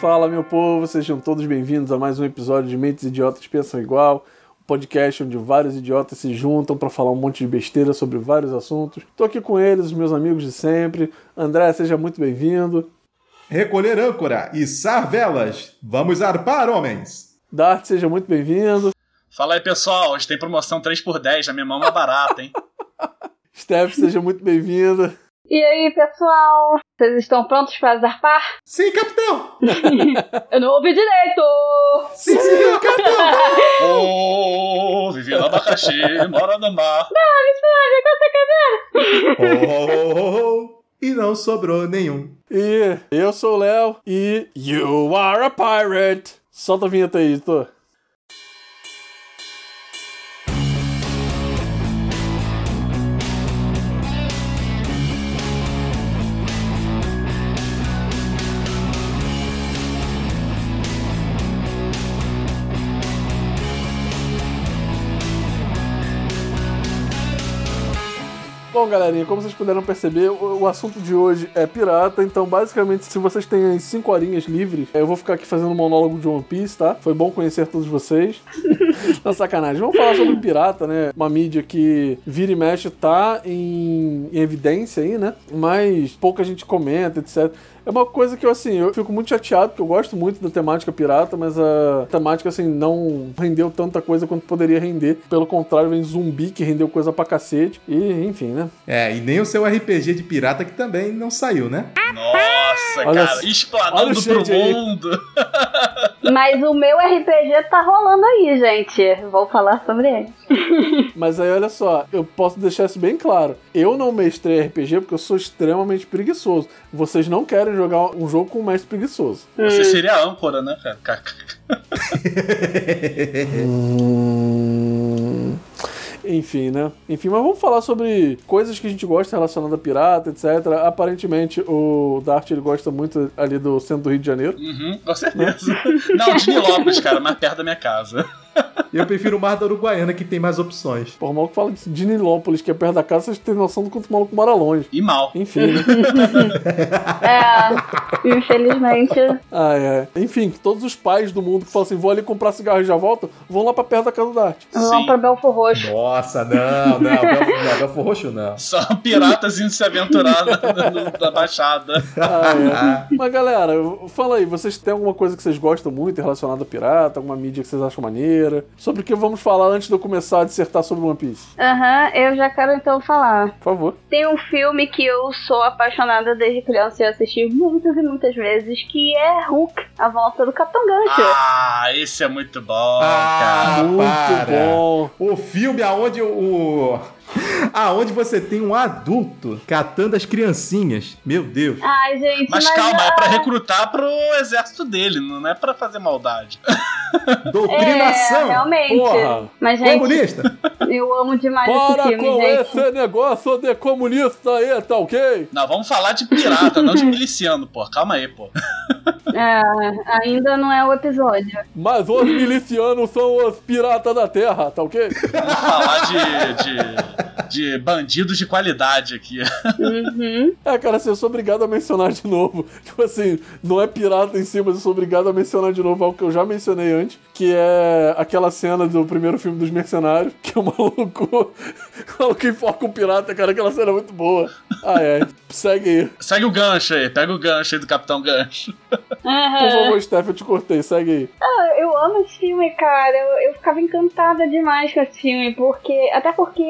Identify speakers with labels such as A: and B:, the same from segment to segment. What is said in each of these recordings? A: Fala, meu povo, sejam todos bem-vindos a mais um episódio de Mentes Idiotas Pensam Igual, um podcast onde vários idiotas se juntam para falar um monte de besteira sobre vários assuntos. Tô aqui com eles, os meus amigos de sempre. André, seja muito bem-vindo.
B: Recolher âncora, içar velas. Vamos arpar, homens!
A: Dart, seja muito bem-vindo.
C: Fala aí, pessoal. Hoje tem promoção 3x10, na minha mão é barata, hein?
A: Steph, seja muito bem-vinda.
D: E aí, pessoal? Vocês estão prontos para zarpar?
B: Sim, capitão!
D: Eu não ouvi direito!
B: Sim, senhor, capitão!
C: Ô, vivi no abacaxi, mora no mar.
B: Oh, oh, oh, oh. E não sobrou nenhum.
A: E eu sou o Léo e You are a pirate. Solta a vinheta aí, editor. Bom, galerinha, como vocês puderam perceber, o, o assunto de hoje é pirata, então basicamente, se vocês têm aí 5 horinhas livres, eu vou ficar aqui fazendo um monólogo de One Piece, tá? Foi bom conhecer todos vocês. Não, sacanagem. Vamos falar sobre pirata, né? Uma mídia que vira e mexe tá em, em evidência aí, né? Mas pouca gente comenta, etc. É uma coisa que eu, assim, eu fico muito chateado, porque eu gosto muito da temática pirata, mas a temática, assim, não rendeu tanta coisa quanto poderia render. Pelo contrário, vem zumbi que rendeu coisa pra cacete. E, enfim, né?
B: É, e nem o seu RPG de pirata que também não saiu, né?
C: Nossa,
A: Olha
C: cara,
A: só- olha o
C: explanando pro
A: shade aí.
C: mundo.
D: Mas o meu RPG tá rolando aí, gente. Vou falar sobre ele.
A: Mas aí, olha só, eu posso deixar isso bem claro. Eu não mestrei RPG porque eu sou extremamente preguiçoso. Vocês não querem jogar um jogo com um mestre preguiçoso.
C: Você seria a âncora, né, cara? Ca- ca-
A: Enfim, né? Enfim, mas vamos falar sobre coisas que a gente gosta relacionada a pirata, etc. Aparentemente, o Dart ele gosta muito ali do centro do Rio de Janeiro.
C: Uhum, com certeza. Não, de Nilópolis, cara, mais perto da minha casa.
B: Eu prefiro o Mar da Uruguaiana, que tem mais opções.
A: Por mal que fala de Nilópolis, que é perto da casa, vocês têm noção do quanto o maluco mora longe.
C: E mal.
A: Enfim, né?
D: É, infelizmente.
A: Ai, ai. Enfim, todos os pais do mundo que falam assim: vou ali comprar cigarro e já volto, vão lá pra perto da casa do Dart.
D: Vamos
C: Sim.
D: pra Belfor um Roxo.
B: Nossa, não, não, Belfo, não, Belfo Roxo não.
C: São piratas indo se aventurar na, na- na baixada.
A: Ah, é. Mas galera, fala aí, vocês têm alguma coisa que vocês gostam muito relacionada a pirata, alguma mídia que vocês acham maneira? Sobre o que vamos falar antes de eu começar a dissertar sobre One
C: Tá
A: Piece?
D: Aham, eu já quero então falar.
A: Por favor.
D: Tem um filme que eu sou apaixonada desde criança e eu assisti muitas e muitas vezes, que é Hulk, A Volta do Capitão Gancho.
C: Ah, esse é muito bom,
B: Ah,
C: cara.
A: Muito
B: para.
A: bom.
B: O filme aonde o. Aonde você tem um adulto catando as criancinhas. Meu Deus.
D: Ai, gente,
C: Mas
D: mas
C: calma, é pra recrutar pro exército dele, não é pra fazer maldade.
B: Doutrinação!
D: É, um realmente.
A: Porra!
D: Mas,
C: é
D: gente,
B: Comunista!
D: eu amo demais
A: Para
D: esse filme,
A: com
D: gente.
A: esse negócio de comunista aí, tá ok?
C: Não, vamos falar de pirata, não de miliciano, pô. Calma aí, pô.
D: É, ainda não é o episódio.
A: Mas os milicianos são os piratas da terra, tá ok?
C: Vamos falar de, de, de bandidos de qualidade aqui.
D: Uhum.
A: É, cara, assim, eu sou obrigado a mencionar de novo. Tipo assim, não é pirata em si, mas eu sou obrigado a mencionar de novo algo que eu já mencionei antes, que é aquela cena do primeiro filme dos Mercenários, que é o maluco, o maluco enfoca o pirata, cara, aquela cena é muito boa. Ah, é. Segue aí.
C: Segue o gancho aí, pega o gancho aí do Capitão Gancho.
A: Por
D: Uhum.
A: favor, Steph, eu te cortei, segue aí.
D: Eu amo esse filme, cara. Eu, eu ficava encantada demais com esse filme, porque. Até porque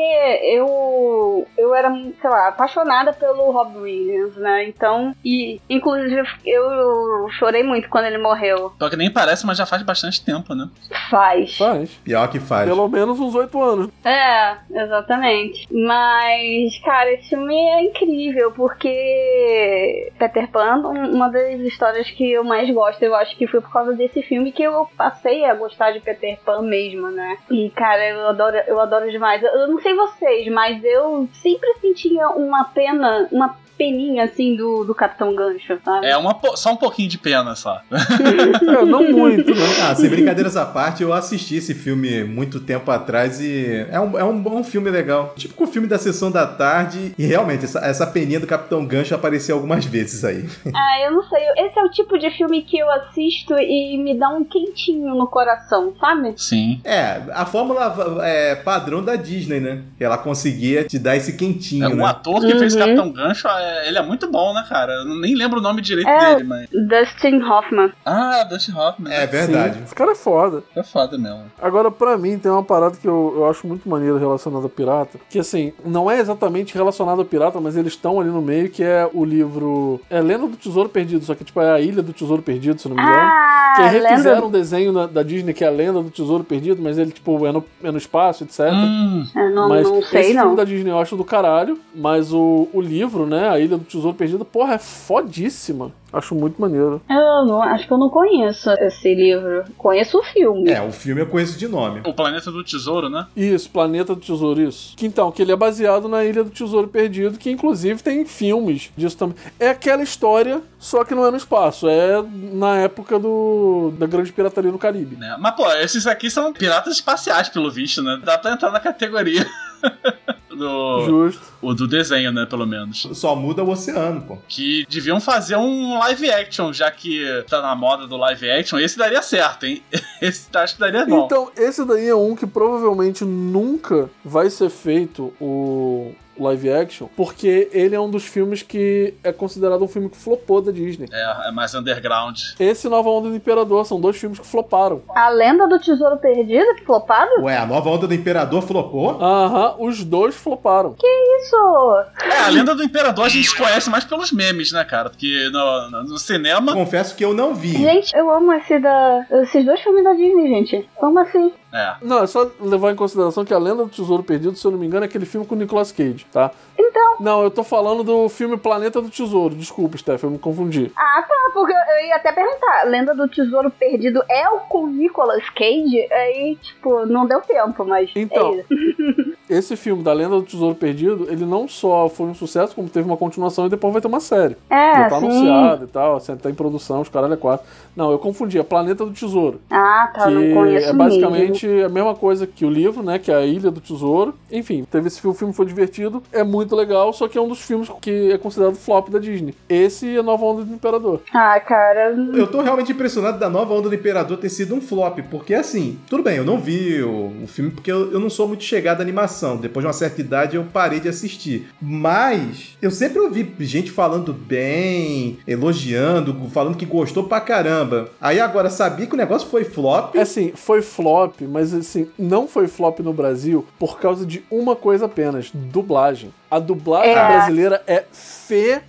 D: eu. Eu era, sei lá, apaixonada pelo Rob Williams, né? Então. E, inclusive, eu chorei muito quando ele morreu.
C: Só que nem parece, mas já faz bastante tempo, né?
D: Faz.
A: Faz.
B: Pior que faz.
A: Pelo menos uns oito anos.
D: É, exatamente. Mas, cara, esse filme é incrível, porque Peter Pan, um- uma das histórias que eu mais gosto, eu acho que foi por causa desse filme que eu passei a gostar de Peter Pan mesmo, né? E, cara, eu adoro, eu adoro demais. Eu- Eu não sei vocês, mas eu sempre sentia uma pena, uma peninha assim do, do Capitão Gancho, sabe?
C: É uma, po- só um pouquinho de pena só.
A: É, não muito, né?
B: Ah, sem brincadeiras à parte, eu assisti esse filme muito tempo atrás e é um, é um bom filme legal. Tipo o filme da sessão da tarde. E realmente, essa, essa peninha do Capitão Gancho apareceu algumas vezes aí.
D: Ah, eu não sei. Esse é o tipo de filme que eu assisto e me dá um quentinho no coração, sabe?
C: Sim.
B: É, a fórmula é padrão da Disney, né? Ela conseguia te dar esse quentinho,
C: É, O
B: né?
C: ator que fez
D: Uhum.
C: Capitão Gancho, é- ele é muito bom, né, cara? Eu nem lembro o nome direito
D: É.
C: dele, mas.
D: Dustin Hoffman.
C: Ah, Dustin Hoffman.
B: É
A: Sim,
B: verdade.
A: esse cara é foda.
C: É foda mesmo.
A: Agora, pra mim, tem uma parada que eu, eu acho muito maneira relacionada a pirata, que assim, não é exatamente relacionado a pirata, mas eles estão ali no meio, que é o livro. É Lenda do Tesouro Perdido, só que tipo é a Ilha do Tesouro Perdido, se não me engano.
D: Ah,
A: que refizeram
D: lembra?
A: um desenho na- da Disney que é a Lenda do Tesouro Perdido, mas ele, tipo, é no, é no espaço, etc.
C: Hum,
D: Eu não,
A: mas
D: não
A: esse
D: sei,
A: filme
D: não.
A: da Disney eu acho do caralho, mas o, o livro, né, A Ilha do Tesouro Perdido, porra, é fodíssima. Acho muito maneiro.
D: Eu não, acho que eu não conheço esse livro. Conheço o filme.
B: É, o filme eu conheço de nome.
C: o Planeta do Tesouro, né?
A: Isso, Planeta do Tesouro, isso. Que então, que ele é baseado na Ilha do Tesouro Perdido, que inclusive tem filmes disso também. É aquela história, só que não é no espaço, é na época do da grande pirataria no Caribe.
C: Né? Mas, pô, esses aqui são piratas espaciais, pelo visto, né? Dá pra entrar na categoria do,
A: Justo.
C: o do desenho, né? Pelo menos.
B: Só muda o oceano, pô.
C: Que deviam fazer um live action, já que tá na moda do live action. Esse daria certo, hein? Esse tá, acho que daria bom.
A: Então, esse daí é um que provavelmente nunca vai ser feito o live action, porque ele é um dos filmes que é considerado um filme que flopou da Disney.
C: É, é mais underground.
A: Esse e Nova Onda do Imperador são dois filmes que floparam.
D: A Lenda do Tesouro Perdido, que flopado?
B: Ué, a nova onda do Imperador flopou?
A: Aham, os dois floparam.
D: Isso!
C: É, a lenda do imperador a gente conhece mais pelos memes, né, cara? Porque no, no- no cinema.
B: Confesso que eu não vi.
D: Gente, eu amo esse da... esses dois filmes da Disney, gente. Como assim?
C: É.
A: Não, é só levar em consideração que A Lenda do Tesouro Perdido, se eu não me engano, é aquele filme com o Nicolas Cage, tá?
D: Então.
A: Não, eu tô falando do filme Planeta do Tesouro. Desculpa, Steph, eu me confundi.
D: Ah, tá, porque eu ia até perguntar. Lenda do Tesouro Perdido é o com Nicolas Cage? Aí, tipo, não deu tempo, mas.
A: Então.
D: É isso.
A: Esse filme da Lenda do Tesouro Perdido, ele não só foi um sucesso, como teve uma continuação e depois vai ter uma série.
D: É,
A: Já tá
D: sim.
A: anunciado e tal, assim, tá em produção, os caralho é quatro. Não, eu confundi, é Planeta do Tesouro.
D: Ah, tá, não
A: que
D: conheço
A: é
D: mesmo.
A: basicamente a mesma coisa que o livro, né? Que é a Ilha do Tesouro. Enfim, teve esse filme, o filme foi divertido, é muito legal, só que é um dos filmes que é considerado flop da Disney. Esse e a Nova Onda do Imperador.
D: Ah, cara.
B: Eu tô realmente impressionado da nova onda do Imperador ter sido um flop, porque assim, tudo bem, eu não vi o, o filme porque eu, eu não sou muito chegado à animação. Depois de uma certa idade eu parei de assistir. Mas eu sempre ouvi gente falando bem, elogiando, falando que gostou pra caramba. Aí agora sabia que o negócio foi flop.
A: É Assim, foi flop, mas assim, não foi flop no Brasil por causa de uma coisa apenas: dublagem. A dublagem
D: É.
A: brasileira é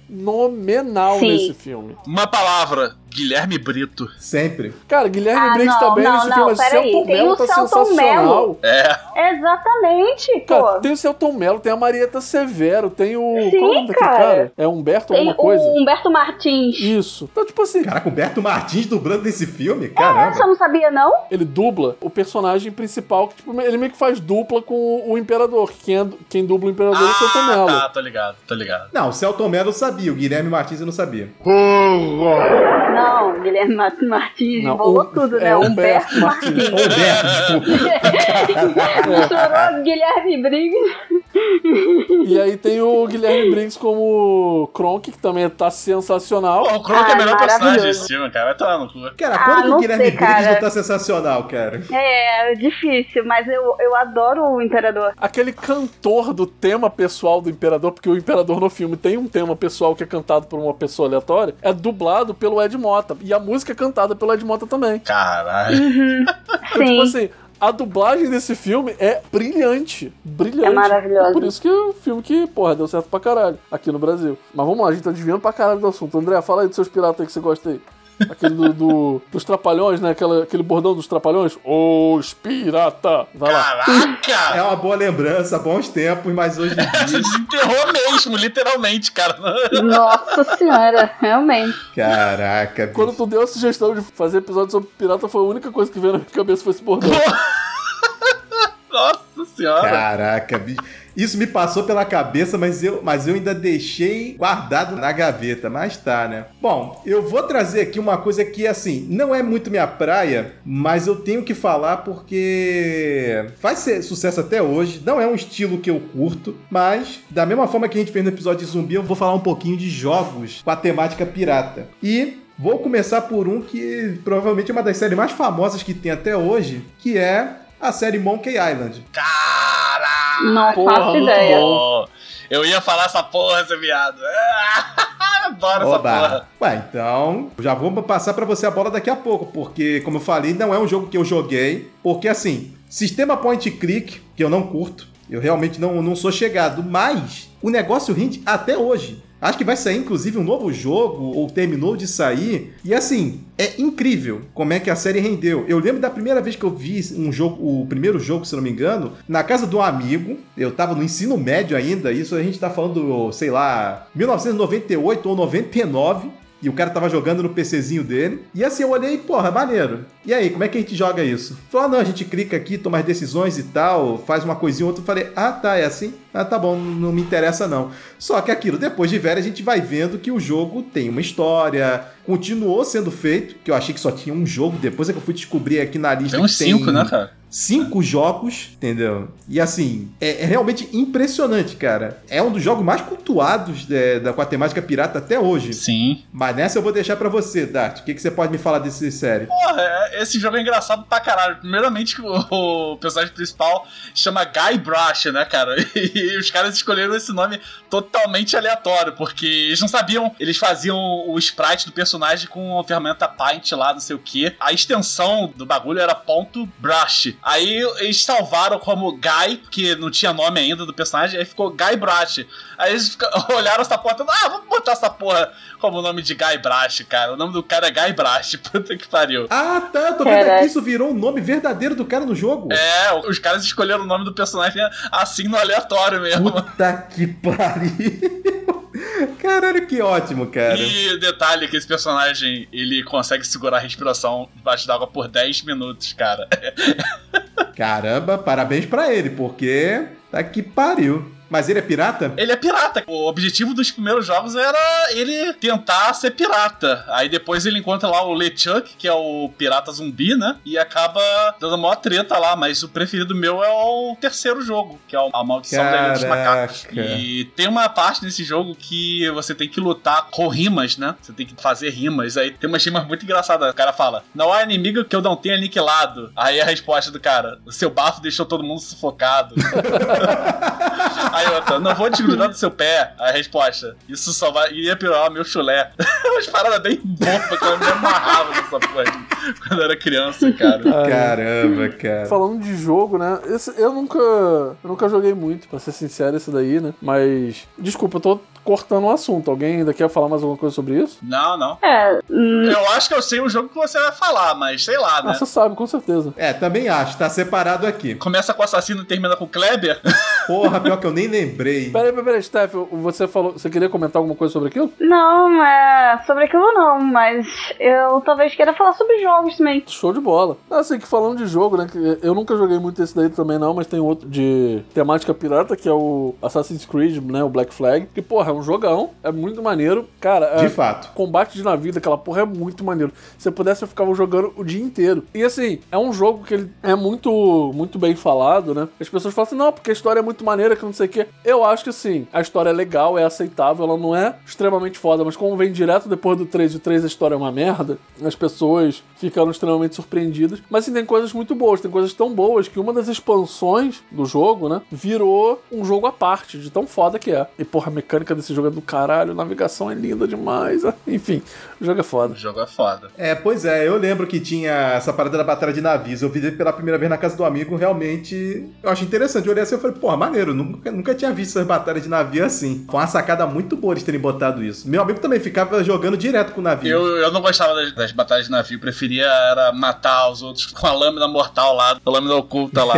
A: fenomenal
D: Sim.
A: nesse filme.
C: Uma palavra: Guilherme Brito.
B: Sempre.
A: Cara, Guilherme
D: Ah,
A: Briggs
D: não,
A: tá bem
D: não,
A: nesse
D: não,
A: filme, mas
D: peraí,
A: Celton
D: tem
A: Mello
D: o
A: tá
D: Selton
A: sensacional.
D: Mello.
C: É.
D: Exatamente, pô.
A: Cara, tem o Celton Mello, tem a Marieta Severo, tem o.
D: Sim,
A: qual é o nome daquele
D: cara.
A: cara? É Humberto
D: Tem um-
A: alguma coisa?
D: o Humberto Martins.
A: Isso. Então, tipo assim,
B: Caraca, o Berto Martins dublando nesse filme?
D: Essa eu
B: Caramba.
D: não sabia, não?
A: ele dubla o personagem principal, que tipo, ele meio que faz dupla com o, o Imperador. que Quem, é- quem dubla o Imperador é o Celton
C: Ah,
A: Mello.
C: tá, tô ligado, tô ligado.
B: Não, o Celton Mello eu sabia, o Guilherme Martins eu não sabia.
D: Não, Guilherme Ma- Martins
A: Não,
D: bolou
A: Hum-
D: tudo, né?
A: é
D: Humberto,
A: Humberto
D: Martins.
B: Ou Berto, desculpa.
D: Misturou Guilherme Briggs.
A: E aí tem o Guilherme Briggs como Kronk, que também tá sensacional.
C: Pô, o Kronk é
D: Ah,
C: o melhor personagem
D: maravilhoso.
C: desse filme, cara. Vai tomar no cu.
B: Cara,
D: Ah,
B: quando que o
D: não
B: Guilherme
D: sei,
B: Briggs
D: cara.
B: não tá sensacional, cara?
D: É, difícil, mas eu, eu adoro o Imperador.
A: Aquele cantor do tema pessoal do Imperador, porque o Imperador no filme tem um tema pessoal que é cantado por uma pessoa aleatória, é dublado pelo Ed Mota. E a música é cantada pelo Ed Mota também.
C: Caralho.
A: Então, tipo
D: Sim.
A: assim, a dublagem desse filme é brilhante. Brilhante.
D: É maravilhosa.
A: Por isso que é um filme que, porra, deu certo pra caralho aqui no Brasil. Mas vamos lá, a gente tá desviando pra caralho do assunto. André, fala aí dos seus piratas aí que você gosta aí. Aquele do, do- dos trapalhões, né? Aquela, aquele bordão dos trapalhões. Os pirata! Vai lá.
B: É
C: Caraca!
B: uma boa lembrança, bons tempos, mas hoje em
C: Você
B: dia.
C: desenterrou mesmo, literalmente, cara.
D: Nossa senhora, realmente.
B: Caraca, bicho.
A: Quando tu deu a sugestão de fazer episódio sobre pirata, foi a única coisa que veio na minha cabeça foi esse bordão.
C: Nossa senhora.
B: Caraca, bicho. Isso me passou pela cabeça, mas eu, mas eu ainda deixei guardado na gaveta, mas tá, né? Bom, eu vou trazer aqui uma coisa que, assim, não é muito minha praia, mas eu tenho que falar porque faz ser- sucesso até hoje. Não é um estilo que eu curto, mas da mesma forma que a gente fez no episódio de zumbi, eu vou falar um pouquinho de jogos com a temática pirata. E Vou começar por um que provavelmente é uma das séries mais famosas que tem até hoje, que é a série Monkey Island.
C: Caraca!
D: Não
A: porra,
D: faço
A: muito
D: ideia.
C: Pô, eu ia falar essa porra, seu viado. Ah, Adoro essa porra.
B: Oba! Ué, então, já vou passar pra você a bola daqui a pouco, porque, como eu falei, não é um jogo que eu joguei, porque assim, sistema point click, que eu não curto, eu realmente não, não sou chegado, mas o negócio rende até hoje. Acho que vai sair, inclusive, um novo jogo, ou terminou de sair. E assim, é incrível como é que a série rendeu. Eu lembro da primeira vez que eu vi um jogo, o primeiro jogo, se não me engano, na casa de um amigo. Eu tava no ensino médio ainda, isso a gente tá falando, sei lá, 1998 ou 99. E o cara tava jogando no PCzinho dele. E assim, eu olhei, porra, maneiro. E aí, como é que a gente joga isso? Falou, ah, não, a gente clica aqui, toma as decisões e tal, faz uma coisinha ou outra. Eu Falei, ah, tá, é assim? Ah, tá bom, não me interessa não. Só que aquilo, depois de velho, a gente vai vendo que o jogo tem uma história, continuou sendo feito, que eu achei que só tinha um jogo, depois é que eu fui descobrir aqui na lista
C: Tem
B: que
C: uns
B: tem
C: cinco, né, cara?
B: cinco jogos, entendeu? E assim, é, é realmente impressionante, cara. É um dos jogos mais cultuados é, da, com a temática pirata até hoje.
C: Sim.
B: Mas nessa eu vou deixar pra você, Dart. O que, que você pode me falar desse série?
C: Porra, é- esse jogo é engraçado pra caralho. Primeiramente, que o, o personagem principal chama Guy Brush, né, cara? E os caras escolheram esse nome totalmente aleatório, porque eles não sabiam. Eles faziam o sprite do personagem com a ferramenta Paint lá, não sei o quê. A extensão do bagulho era ponto Brush. Aí eles salvaram como Guy, que não tinha nome ainda do personagem, aí ficou Guy Brush. Aí eles fica- olharam essa porra, e ah, vamos botar essa porra como o nome de Guy Brush, cara. O nome do cara é Guy Brush, puta que pariu.
B: Ah, tá. Tô vendo
D: Caraca.
B: aqui, isso virou o nome verdadeiro do cara no jogo.
C: É, os caras escolheram o nome do personagem assim no aleatório mesmo.
B: Puta que pariu. Caralho, que ótimo, cara.
C: E detalhe que esse personagem, ele consegue segurar a respiração debaixo d'água por 10 minutos, cara.
B: Caramba, parabéns pra ele, porque tá que pariu. Mas ele é pirata?
C: Ele é pirata. O objetivo dos primeiros jogos era ele tentar ser pirata. Aí depois ele encontra lá o LeChuck, que é o pirata zumbi, né? E acaba dando a maior treta lá. Mas o preferido meu é o terceiro jogo, que é o- a Maldição da Ilha dos Macacos.
B: Caraca.
C: E tem uma parte nesse jogo que você tem que lutar com rimas, né? Você tem que fazer rimas. Aí tem umas rimas muito engraçadas. O cara fala: Não há inimigo que eu não tenha aniquilado. Aí a resposta do cara: O seu bafo deixou todo mundo sufocado. Aí outra, não vou desgrudar do seu pé. Aí A resposta, isso só vai, iria piorar meu chulé. Umas paradas bem bobas, eu me amarrava nessa porra de- quando eu era criança, cara.
B: Caramba, cara.
A: Falando de jogo, né? esse- eu nunca. Eu nunca joguei muito, pra ser sincero, isso daí, né? Mas. Desculpa, eu tô cortando o assunto. Alguém ainda quer falar mais alguma coisa sobre isso?
C: Não, não.
D: É, hum,
C: Eu acho que eu sei o jogo que você vai falar, mas sei lá,
A: Ah,
C: né?
A: você sabe, com certeza.
B: É, também acho, tá separado aqui.
C: Começa com o assassino e termina com o Kleber?
B: Porra, pior que eu nem lembrei.
A: Peraí, peraí, peraí, Steph, você falou. Você queria comentar alguma coisa sobre aquilo?
D: não, é, sobre aquilo não, mas eu talvez queira falar sobre jogos também.
A: Show de bola. Assim, que falando de jogo, né? que Eu nunca joguei muito esse daí também, não, mas tem outro de temática pirata, que é o Assassin's Creed, né? O Black Flag. Que, porra, é um jogão, é muito maneiro. Cara, é-
B: De fato.
A: combate de navio daquela porra é muito maneiro. Se eu pudesse, eu ficava jogando o dia inteiro. E assim, é um jogo que ele é muito, muito bem falado, né? As pessoas falam assim, não, porque a história é muito maneira, que não sei o quê. Eu acho que sim, a história é legal, é aceitável, ela não é extremamente foda, mas como vem direto depois do 3 e o 3 a história é uma merda, as pessoas ficaram extremamente surpreendidas. Mas assim, tem coisas muito boas, tem coisas tão boas que uma das expansões do jogo, né, virou um jogo à parte, de tão foda que é. E porra, a mecânica desse jogo é do caralho, a navegação é linda demais. Enfim, o jogo é foda.
C: O jogo é foda.
B: É, pois é, eu lembro que tinha essa parada da batalha de navios. Eu vi pela primeira vez na casa do amigo, realmente. Eu achei interessante. Eu olhei assim e falei, porra, maneiro, nunca, nunca tinha visto essas batalhas de navio assim. Foi uma sacada muito boa eles terem botado isso. Meu amigo também ficava jogando direto com o navio.
C: Eu, eu não gostava das, das batalhas de navio, preferia queria era matar os outros com a lâmina mortal lá, a lâmina oculta lá.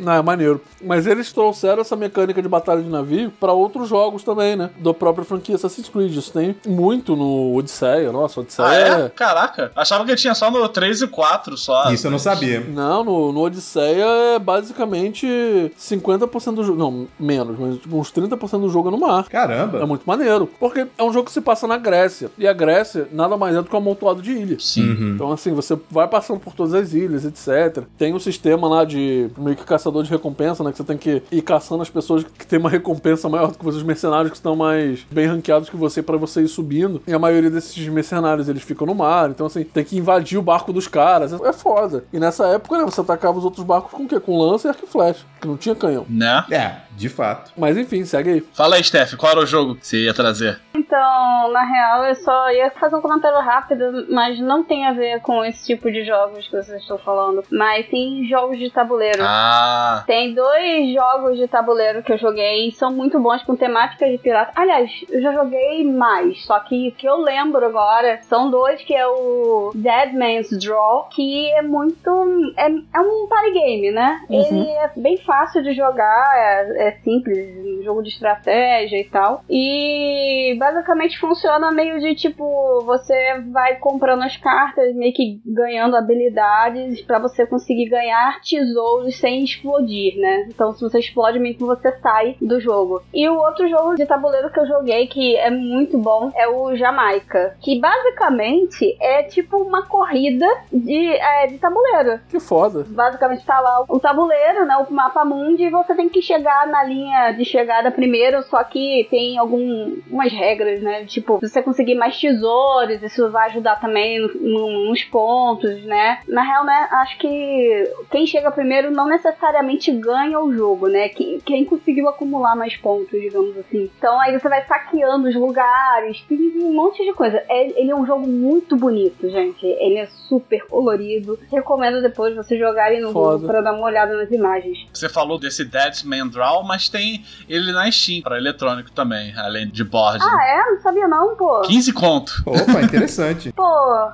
A: Não, é maneiro. Mas eles trouxeram essa mecânica de batalha de navio pra outros jogos também, né? Da própria franquia Assassin's Creed. Isso tem muito no Odisseia. Nossa, Odisseia.
C: ah, é? Caraca. Achava que eu tinha só no 3 e 4 só.
B: Isso eu não sabia.
A: Não, no, no Odisseia é basicamente 50% do jogo. Não, menos, mas tipo, uns 30% do jogo é no mar. É
B: Caramba.
A: muito maneiro. Porque é um jogo que se passa na Grécia. E a Grécia nada mais é do que um amontoado de ilhas.
C: Sim.
B: Uhum.
A: Então, assim, você vai passando por todas as ilhas, etc. Tem um sistema lá de meio que caçador de recompensa, né? Que você tem que ir caçando as pessoas que têm uma recompensa maior do que você, os mercenários que estão mais bem ranqueados que você, pra você ir subindo. E a maioria desses mercenários, eles ficam no mar. Então, assim, tem que invadir o barco dos caras. É foda. E nessa época, né? Você atacava os outros barcos com o quê? Com lança e arco e flecha. Que não tinha canhão.
C: Né?
B: É, de fato.
A: Mas enfim, segue aí.
C: Fala aí, Steph, qual era o jogo que você ia trazer?
D: Então, na real, eu só ia fazer um comentário rápido, mas não tem a ver com esse tipo de jogos que vocês estão falando, mas sim jogos de tabuleiro.
C: Ah,
D: Tem dois jogos de tabuleiro que eu joguei e são muito bons com temática de pirata. Aliás, eu já joguei mais, só que o que eu lembro agora são dois que é o Dead Man's Draw, que é muito. é, é um party game, né? Ele é bem fácil de jogar, é, é simples, um jogo de estratégia e tal. E basicamente funciona meio de tipo, você vai comprando as cartas, meio que ganhando habilidades pra você conseguir ganhar tesouros sem explodir, né? Então, se você explode, meio que você sai do jogo. E o outro jogo de tabuleiro que eu joguei, que é muito bom, é o Jamaica. Que basicamente é tipo uma corrida de, é, de tabuleiro.
A: Que foda.
D: Basicamente tá lá o tabuleiro, né? O mapa mundi, e você tem que chegar na linha de chegada primeiro, só que tem algumas regras, né? Tipo, se você conseguir mais tesouros, isso vai ajudar também no- no- nos pontos, né? Na real, né, acho que quem chega primeiro não necessariamente ganha o jogo, né? Quem, quem conseguiu acumular mais pontos, digamos assim. Então aí você vai saqueando os lugares, tem um monte de coisa. É- Ele é um jogo muito bonito, gente. Ele é super colorido. Recomendo depois vocês jogarem no
A: Foda.
D: Google pra dar uma olhada nas imagens.
C: você falou desse Dead Man Draw, mas tem ele na Steam pra eletrônico também, além de board.
D: Ah, é? Não sabia não, pô.
C: 15 conto.
B: Opa, interessante.
D: Pô,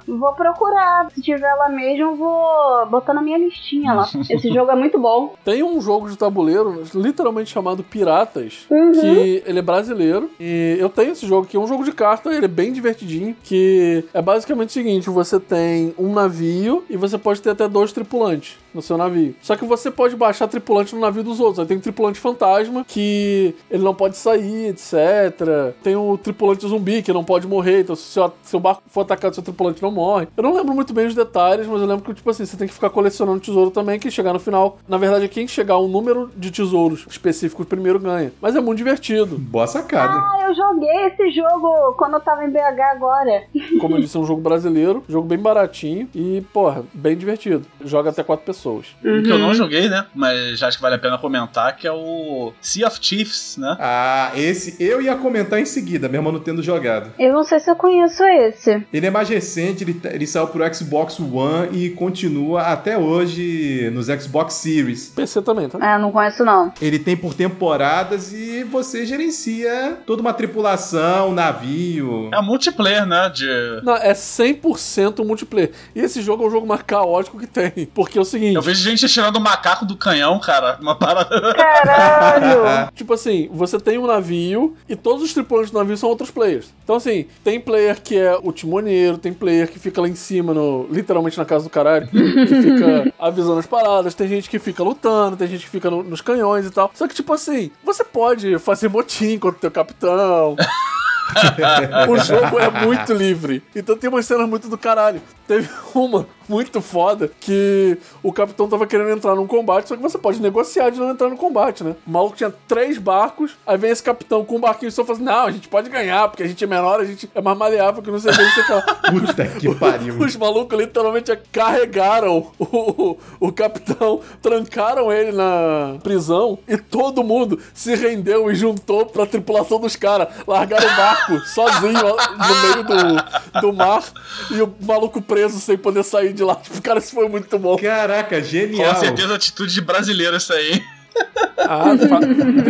D: vou procurar. Se tiver lá mesmo, vou botar na minha listinha lá. Esse jogo é muito bom.
A: Tem um jogo de tabuleiro, literalmente chamado Piratas,
D: Uhum.
A: que ele é brasileiro. E eu tenho esse jogo, que é um jogo de carta, ele é bem divertidinho, que é basicamente o seguinte, você tem um navio e você pode ter até dois tripulantes no seu navio. Só que você pode baixar tripulante no navio dos outros. Aí tem o tripulante fantasma, que ele não pode sair, etc. Tem o tripulante zumbi, que não pode morrer. Então, se o seu, seu barco for atacado, seu tripulante não morre. Eu não lembro muito bem os detalhes, mas eu lembro que, tipo assim, você tem que ficar colecionando tesouro também, que chegar no final. Na verdade, quem chegar a um número de tesouros específicos primeiro ganha. Mas é muito divertido.
B: Boa sacada.
D: Ah, eu joguei esse jogo quando eu tava em BH agora.
A: Como eu disse, é um jogo brasileiro, jogo bem baratinho e, porra, bem divertido. Joga até quatro pessoas.
C: Um Que eu
D: Uhum.
C: não joguei, né? Mas acho que vale a pena comentar, que é o Sea of Chiefs, né?
B: Ah, esse eu ia comentar em seguida, mesmo não tendo jogado.
D: Eu não sei se eu conheço esse.
B: Ele é mais recente, ele, ele saiu pro Xbox One e continua até hoje nos Xbox Series.
A: PC também, tá?
D: Ah, não conheço não.
B: Ele tem por temporadas e você gerencia toda uma tripulação, navio.
C: É multiplayer, né? De...
A: Não, é 100% multiplayer. E esse jogo é o jogo mais caótico que tem. Porque é o seguinte.
C: Eu vejo gente tirando o macaco do canhão, cara. Uma parada.
D: Caralho!
A: Tipo assim, você tem um navio e todos os tripulantes do navio são outros players. Então, assim, tem player que é o timoneiro, tem player que fica lá em cima, no, literalmente na casa do caralho, que fica avisando as paradas, tem gente que fica lutando, tem gente que fica no- nos canhões e tal. Só que, tipo assim, você pode fazer motim contra o teu capitão, o jogo é muito livre. Então tem umas cenas muito do caralho. Teve uma muito foda que o capitão tava querendo entrar num combate, só que você pode negociar de não entrar no combate, né? O maluco tinha três barcos, aí vem esse capitão com um barquinho só e fala assim: não, a gente pode ganhar, porque a gente é menor, a gente é mais maleável que não sei o que, não sei o que lá.
B: Puta que pariu.
A: Os malucos literalmente carregaram o, o- o capitão, trancaram ele na prisão e todo mundo se rendeu e juntou pra tripulação dos caras. Largaram o barco sozinho ó, no meio do, do mar e o maluco preso sem poder sair de lá. Tipo, cara, isso foi muito bom.
B: Caraca,
C: Com
B: genial.
C: certeza, atitude de brasileiro é isso aí.
A: Ah, fa-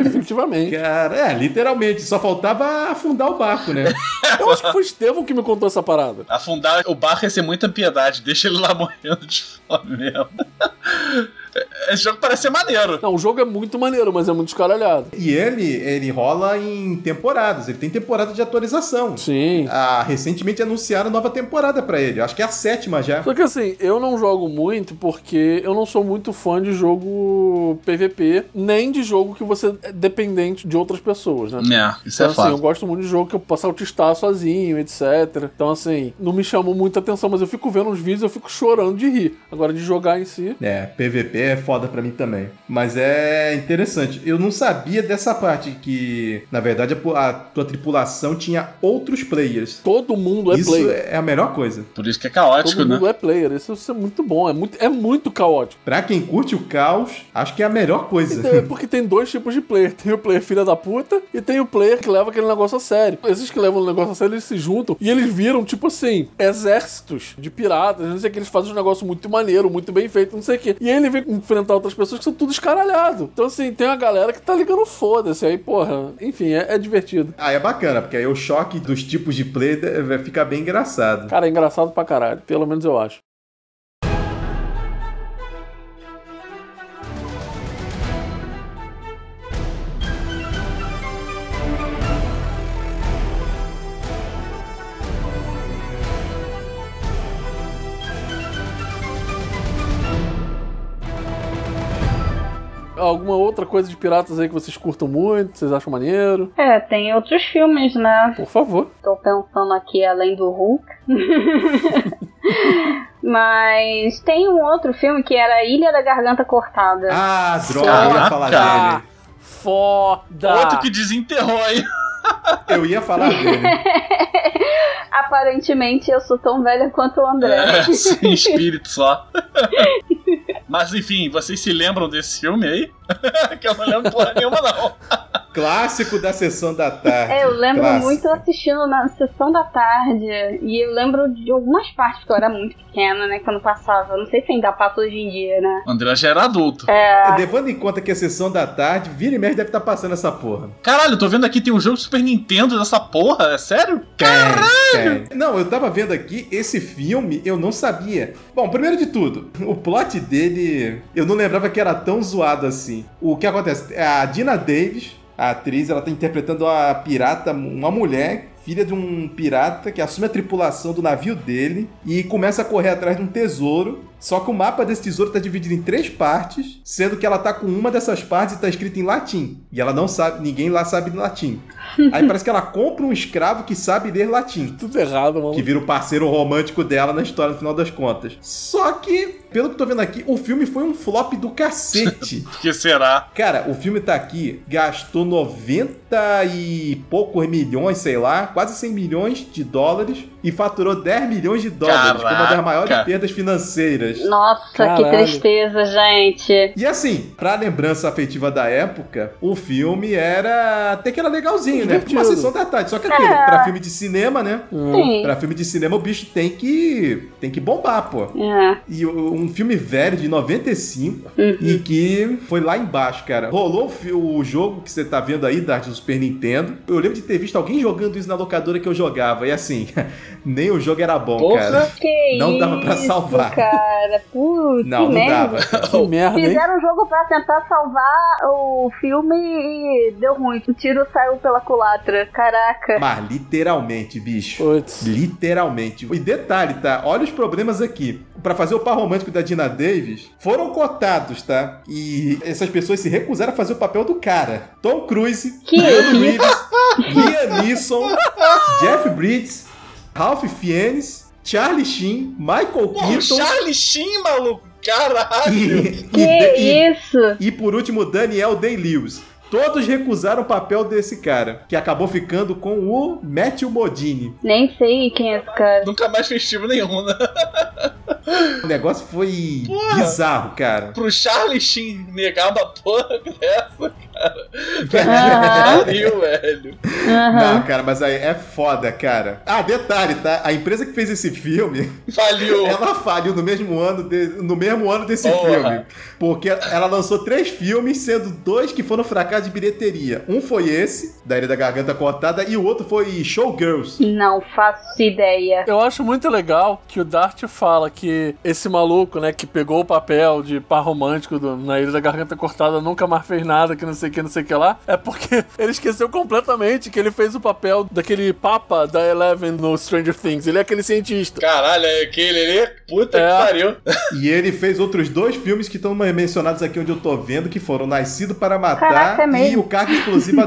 A: definitivamente.
B: Cara, é, literalmente, só faltava afundar o barco, né?
A: Eu acho que foi o Estevão que me contou essa parada.
C: Afundar o barco ia ser muita piedade, deixa ele lá morrendo de fome mesmo. Esse jogo parece ser maneiro.
A: Não, o jogo é muito maneiro, mas é muito escaralhado.
B: E ele, ele rola em temporadas, ele tem temporada de atualização.
A: Sim.
B: Ah, recentemente anunciaram nova temporada pra ele, acho que é a sétima já.
A: Só que assim, eu não jogo muito porque eu não sou muito fã de jogo PVP, nem de jogo que você é dependente de outras pessoas, né?
C: É, isso
A: Então,
C: é
A: assim, eu
C: fato.
A: gosto muito de jogo que eu possa autistar sozinho, etc. Então, assim, não me chamou muita atenção, mas eu fico vendo os vídeos eu fico chorando de rir. Agora, de jogar em si,
B: É, PVP é foda pra mim também. Mas é interessante. Eu não sabia dessa parte que, na verdade, a, pu- a tua tripulação tinha outros players.
A: todo mundo é
B: Isso
A: player.
B: é a melhor coisa.
C: Por isso que é caótico,
A: Todo
C: né?
A: mundo é player. Isso, isso é muito bom. É muito, é muito caótico.
B: Pra quem curte o caos, acho que é a melhor coisa.
A: Então, é porque tem dois tipos de player. Tem o player filha da puta e tem o player que leva aquele negócio a sério. Esses que levam o negócio a sério, eles se juntam e eles viram, tipo assim, exércitos de piratas, não sei o que, eles fazem um negócio muito maneiro, muito bem feito, não sei o que. E aí ele vem enfrentar outras pessoas que são tudo escaralhado. Então, assim, tem uma galera que tá ligando foda-se. Aí, porra, enfim, é, é divertido.
B: Ah, é bacana, porque aí o choque dos tipos de player eh, fica bem engraçado.
A: Cara, é engraçado pra caralho. Pelo menos eu acho. Alguma outra coisa de piratas aí que vocês curtam muito, vocês acham maneiro?
D: É, tem outros filmes, né?
A: Por favor.
D: Tô pensando aqui além do Hulk. Mas tem um outro filme que era Ilha da Garganta
A: É.
D: Cortada.
B: Ah, droga, eu ia falar
A: Caraca! Foda!
C: Outro que desenterrou aí.
B: dele. Eu ia falar dele.
D: Aparentemente eu sou tão velha quanto o André.
C: É, sem espírito só. Mas enfim, vocês se lembram desse filme aí? que eu não lembro porra nenhuma, não.
B: Clássico da sessão da tarde.
D: É, eu lembro
B: Clássico.
D: muito assistindo na sessão da tarde. E eu lembro de algumas partes, porque eu era muito pequena, né? Quando passava. Não sei se ainda passa hoje em dia, né?
C: O André já era adulto.
B: Levando em conta que a sessão da tarde, vira e mexe deve estar passando essa porra.
C: Caralho, tô vendo aqui tem um jogo Super Nintendo dessa porra, é sério?
B: Caralho! Não, eu tava vendo aqui esse filme, eu não sabia. Bom, primeiro de tudo, o plot dele, eu não lembrava que era tão zoado assim. O que acontece? A Dina Davis, a atriz, ela tá interpretando a pirata, uma mulher. Filha de um pirata que assume a tripulação do navio dele e começa a correr atrás de um tesouro. Só que o mapa desse tesouro tá dividido em três partes, sendo que ela tá com uma dessas partes e tá escrito em latim. E ela não sabe, ninguém lá sabe latim. Aí parece que ela compra um escravo que sabe ler latim.
A: Tudo errado, mano.
B: Que vira o parceiro romântico dela na história, no final das contas. Só que, pelo que eu tô vendo aqui, o filme foi um flop do cacete.
C: O que será?
B: Cara, o filme tá aqui, gastou 90 e poucos milhões, sei lá, quase 100 milhões de dólares e faturou 10 milhões de dólares, foi uma
C: Caraca.
B: das maiores perdas financeiras.
D: Nossa, que
A: Caralho.
D: tristeza, gente.
B: E assim, pra lembrança afetiva da época, o filme era até que era legalzinho, né? Uma
A: Divertido.
B: sessão da tarde, só que aquilo, pra filme de cinema, né?
A: Hum.
D: Sim.
B: Pra filme de cinema, o bicho tem que. tem que bombar, pô.
D: É.
B: E o- um filme velho de 95
D: Uhum.
B: e que foi lá embaixo, cara. Rolou o fi- o, jogo que você tá vendo aí, da do Super Nintendo. Eu lembro de ter visto alguém jogando isso na locadora que eu jogava. E assim, nem o jogo era bom,
C: Porra.
B: cara.
D: Que
B: Não dava pra
D: isso,
B: salvar.
D: Cara, putz,
B: Não,
D: que
B: não
D: merda.
B: dava. cara.
A: Que merda, hein?
D: Fizeram um jogo pra tentar salvar o filme e deu ruim. O tiro saiu pela culatra. Caraca.
B: Mas literalmente, bicho.
A: Putz.
B: Literalmente. E detalhe, tá? Olha os problemas aqui. Pra fazer o par romântico da Dina Davis, foram cotados, tá? E essas pessoas se recusaram a fazer o papel do cara. Tom Cruise,
D: Que
B: Keanu Reeves, Liam Neeson, Jeff Bridges, Ralph Fiennes, Charlie Sheen, Michael
C: Porra, o
B: Keaton
C: Charlie Sheen, maluco! Caralho!
B: e,
D: Que
B: e, e,
D: isso?
B: e por último, Daniel Day-Lewis. Todos recusaram o papel desse cara, que acabou ficando com o Matthew Modini.
D: Nem sei quem é esse cara.
C: Nunca mais fez filme nenhum, né?
B: O negócio foi
C: Porra.
B: bizarro, cara.
C: Pro Charlie Sheen negar uma porra dessa. cara.
A: Ah.
D: Aham.
C: Pariu, velho.
D: Aham.
B: Não, cara, mas aí é foda, cara. Ah, detalhe, tá? A empresa que fez esse filme,
C: Faliu.
A: É.
B: ela faliu no mesmo ano, de- no mesmo ano desse
C: Porra.
B: filme. Porque ela lançou três filmes, sendo dois que foram fracasso de bilheteria. Um foi esse, da Ilha da Garganta Cortada, e o outro foi Showgirls.
D: Não faço ideia.
A: Eu acho muito legal que o Dart fala que esse maluco, né, que pegou o papel de par romântico do- na Ilha da Garganta Cortada, nunca mais fez nada, que não sei o que, não sei o que lá, é porque ele esqueceu completamente que ele fez o papel daquele papa da Eleven no Stranger Things. Ele é aquele cientista.
C: Caralho, é aquele ali. Puta
A: É.
C: que pariu.
B: E ele fez outros dois filmes que estão mencionados aqui onde eu tô vendo, que foram Nascido para Matar
D: Caraca, é
B: e
D: mesmo.
B: o Carga Explosiva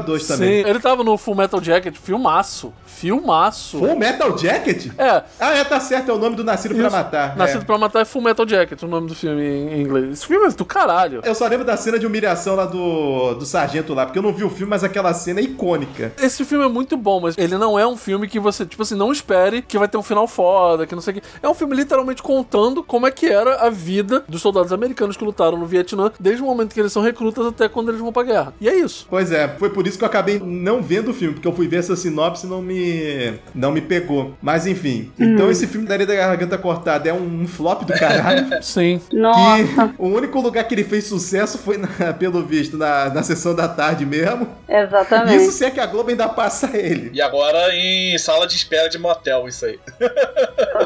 B: 2 também.
A: Sim, ele tava no Full Metal Jacket, filmaço, filmaço.
B: Full Metal Jacket?
A: É,
B: Ah, é, tá certo, é o nome do Nascido para
A: Isso.
B: Matar.
A: Nascido
B: é.
A: pra Matar é Full Metal Jacket, o nome do filme em inglês. Esse filme é do caralho.
B: Eu só lembro da cena de humilhação lá do, do sargento lá, porque eu não vi o filme, mas aquela cena é icônica.
A: Esse filme é muito bom, mas ele não é um filme que você, tipo assim, não espere que vai ter um final foda, que não sei o que. É um filme literalmente contando como é que era a vida dos soldados americanos que lutaram no Vietnã, desde o momento que eles são recrutas até quando eles vão pra guerra. E é isso.
B: Pois é, foi por isso que eu acabei não vendo o filme, porque eu fui ver essa sinopse e não me, não me pegou. Mas enfim,
D: Hum.
B: então esse filme da Ilha da Garganta Cortada é um, um flop do caralho.
A: Sim.
D: Nossa,
B: que o único lugar que ele fez sucesso foi, na- pelo visto, na, na sessão da tarde mesmo.
D: exatamente.
B: Isso se é que a Globo ainda passa ele.
C: E agora em sala de espera de motel, isso aí.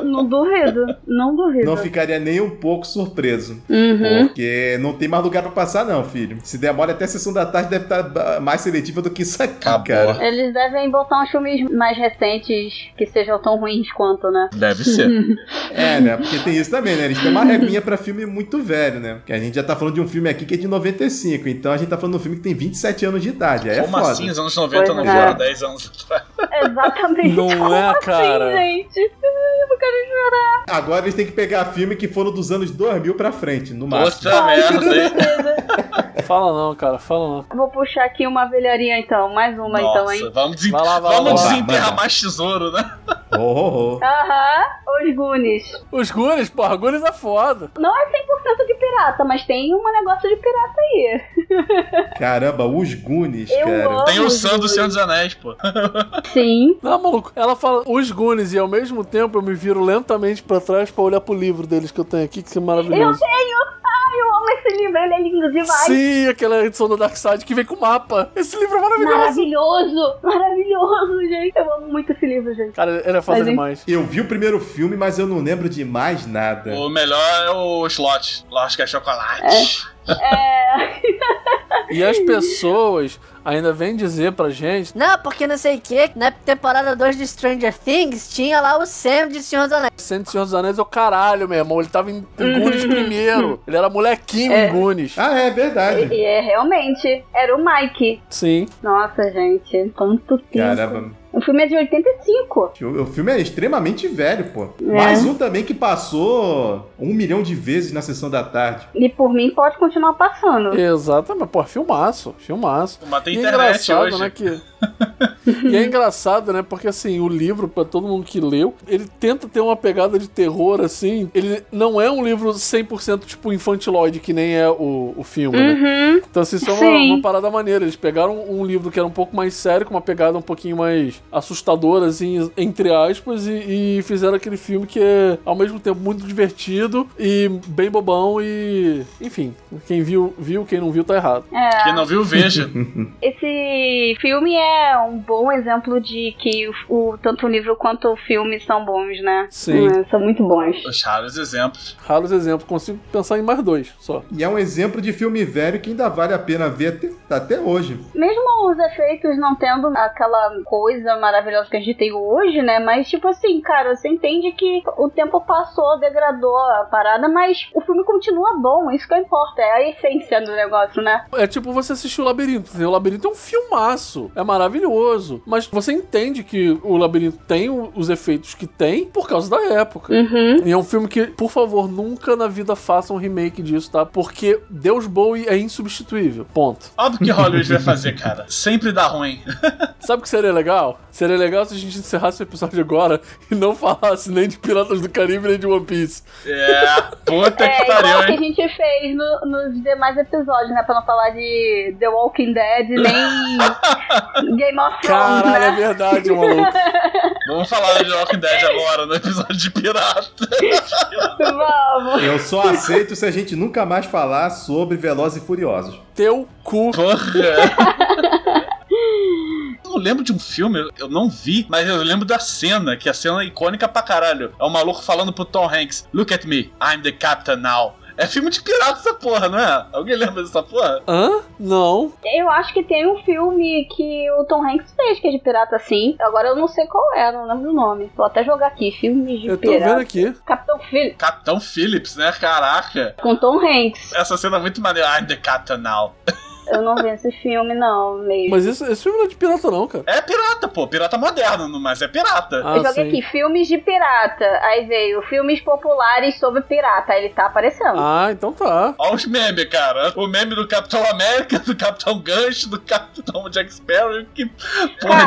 D: Não duvido, não duvido.
B: Não ficaria nem um pouco surpreso.
D: Uhum.
B: Porque não tem mais lugar pra passar, não, filho. Se demora até a sessão da tarde, deve estar ba- mais seletiva do que isso aqui,
C: Acabou.
B: cara.
D: Eles devem botar uns filmes mais recentes que sejam tão ruins quanto, né?
C: Deve ser.
B: É, né? Porque tem isso também, né? Eles têm
D: Uhum.
B: uma regrinha pra filme muito velho, né? Porque a gente já tá falando de um filme aqui que é de 95, então a gente tá falando de um filme que tem 27 anos de idade. Aí é
C: Como
B: foda.
C: assim? Os anos 90 não
D: Pois é.
C: foram 10 anos atrás.
D: Exatamente.
A: Não
D: Como
A: é,
D: assim,
A: cara?
D: gente? Eu quero chorar.
B: Agora eles têm que pegar filme que foram dos anos 2000 pra frente, no máximo.
C: Puta
D: Ai, que
C: merda, hein?
D: tristeza.
A: Fala não, cara, fala
D: Vou puxar aqui uma velharia então, mais uma então,
C: Nossa,
D: hein?
C: vamos, desen...
A: Vai lá, vai lá,
C: vamos
B: vai lá.
C: desenterrar
B: Manda.
C: mais tesouro, né?
B: Oh, oh, oh.
D: Aham, os Goonies.
A: não. Os Gunis, porra, Gunis é foda.
D: Não é 100% de pirata, mas tem um negócio de pirata aí.
B: Caramba, os Goonies,
D: Eu
B: cara.
D: amo.
C: Tem o
D: os
C: Sam do
D: Goonies.
C: Senhor dos Anéis, pô.
D: Sim.
A: Não, maluco, ela fala os Gunis e ao mesmo tempo eu me viro lentamente pra trás pra olhar pro livro deles que eu tenho aqui, que é
D: Eu
A: maravilhoso.
D: tenho! Ai, eu amo esse livro, ele é lindo demais.
A: Sim, aquela edição da Dark Side que vem com o mapa. Esse livro é maravilhoso.
D: Maravilhoso! Maravilhoso, gente! Eu amo muito esse livro, gente.
A: Cara, ele é foda
D: Mas, hein?
A: demais.
B: Eu vi o primeiro filme, mas eu não lembro de mais nada.
C: O melhor é o Slot. Lógico que é chocolate.
A: E as pessoas ainda vêm dizer pra gente.
E: Não, porque não sei o que, na temporada 2 de Stranger Things tinha lá o Sam de Senhor dos Anéis.
A: Sendo Senhor dos Anéis é o caralho, meu irmão. Ele tava em, em Gunis primeiro. Ele era molequinho em Gunis.
B: Ah, é verdade.
D: E, e é realmente, era o Mike.
A: Sim.
D: Nossa, gente, tanto tempo.
B: Caramba,
D: O filme é de 85.
B: o o filme é extremamente velho, pô. Mais um também que passou um milhão de vezes na sessão da tarde.
D: E por mim pode continuar passando.
A: Exatamente. Pô, filmaço. Filmaço.
C: Mas tem
A: E é
C: internet
A: engraçado,
C: hoje.
A: né, que... e é engraçado, né, porque assim, o livro, pra todo mundo que leu, ele tenta ter uma pegada de terror, assim, ele não é um livro 100% tipo infantiloide, que nem é o, o filme, né?
D: Uhum.
A: Então, assim, isso é uma,
D: Sim.
A: uma parada maneira. Eles pegaram um livro que era um pouco mais sério, com uma pegada um pouquinho mais assustadora, assim, entre aspas, e, e fizeram aquele filme que é, ao mesmo tempo, muito divertido e bem bobão e... Enfim, quem viu, viu. Quem não viu, tá errado.
C: Quem não viu, veja.
D: Esse filme é um bom exemplo de que o, o- tanto o livro quanto o filme são bons, né?
A: Sim.
D: Hum, são muito bons.
C: Os raros exemplos.
A: Raros exemplos. Consigo pensar em mais dois, só.
B: E é um exemplo de filme velho que ainda vale a pena ver até, até hoje.
D: Mesmo os efeitos não tendo aquela coisa maravilhosa que a gente tem hoje, né? Mas, tipo assim, cara, você entende que o tempo passou, degradou a parada, mas o filme continua bom, isso que importa, é a essência do negócio, né?
A: É tipo você assistir o Labirinto, entendeu? O Labirinto é um filmaço. É maravilhoso. Mas você entende que o Labirinto tem o- os efeitos que tem por causa da época.
D: Uhum.
A: E é um filme que, por favor, nunca na vida façam um remake disso, tá? Porque Deus Bowie é insubstituível. Ponto.
C: Óbvio que Hollywood vai fazer, cara. Sempre dá ruim.
A: Sabe o que seria legal? Seria legal se a gente encerrasse o episódio agora e não falasse nem de Piratas do Caribe nem de One Piece.
C: É, puta
D: É,
C: que
D: igual
C: pariu,
D: que a
C: hein?
D: gente fez no- nos demais episódios, né? Pra não falar de The Walking Dead, nem Game of Thrones,
A: Caralho, é
D: né?
A: verdade, maluco.
C: Vamos falar de Walking Dead agora, no episódio de pirata.
D: Vamos.
B: Eu só aceito se a gente nunca mais falar sobre Velozes e Furiosos.
A: Teu cu.
C: Porra. Eu lembro de um filme, eu não vi, mas eu lembro da cena, que a cena é icônica pra caralho. É o maluco falando pro Tom Hanks: Look at me, I'm the captain now. É filme de pirata essa porra, não é? Alguém lembra dessa porra?
A: Hã? Não.
D: Eu acho que tem um filme que o Tom Hanks fez, que é de pirata, sim. Agora eu não sei qual é, não lembro o nome. Vou até jogar aqui, filmes de
A: Eu tô
D: pirata.
A: vendo aqui.
D: Capitão Phillips,
C: Capitão Phillips, né? Caraca.
D: com Tom Hanks.
C: Essa cena é muito maneira. I'm the captain now.
D: Eu não vi esse filme, não, mesmo.
A: Mas esse, esse filme não é de pirata, não, cara.
C: É pirata, pô. Pirata moderno, mas é pirata.
A: Ah,
D: eu joguei aqui, filmes de pirata. Aí veio filmes populares sobre pirata. Aí ele tá aparecendo.
A: Ah, então tá.
C: Olha os memes, cara. O meme do Capitão América, do Capitão Gancho, do Capitão Jack Sparrow. Que porra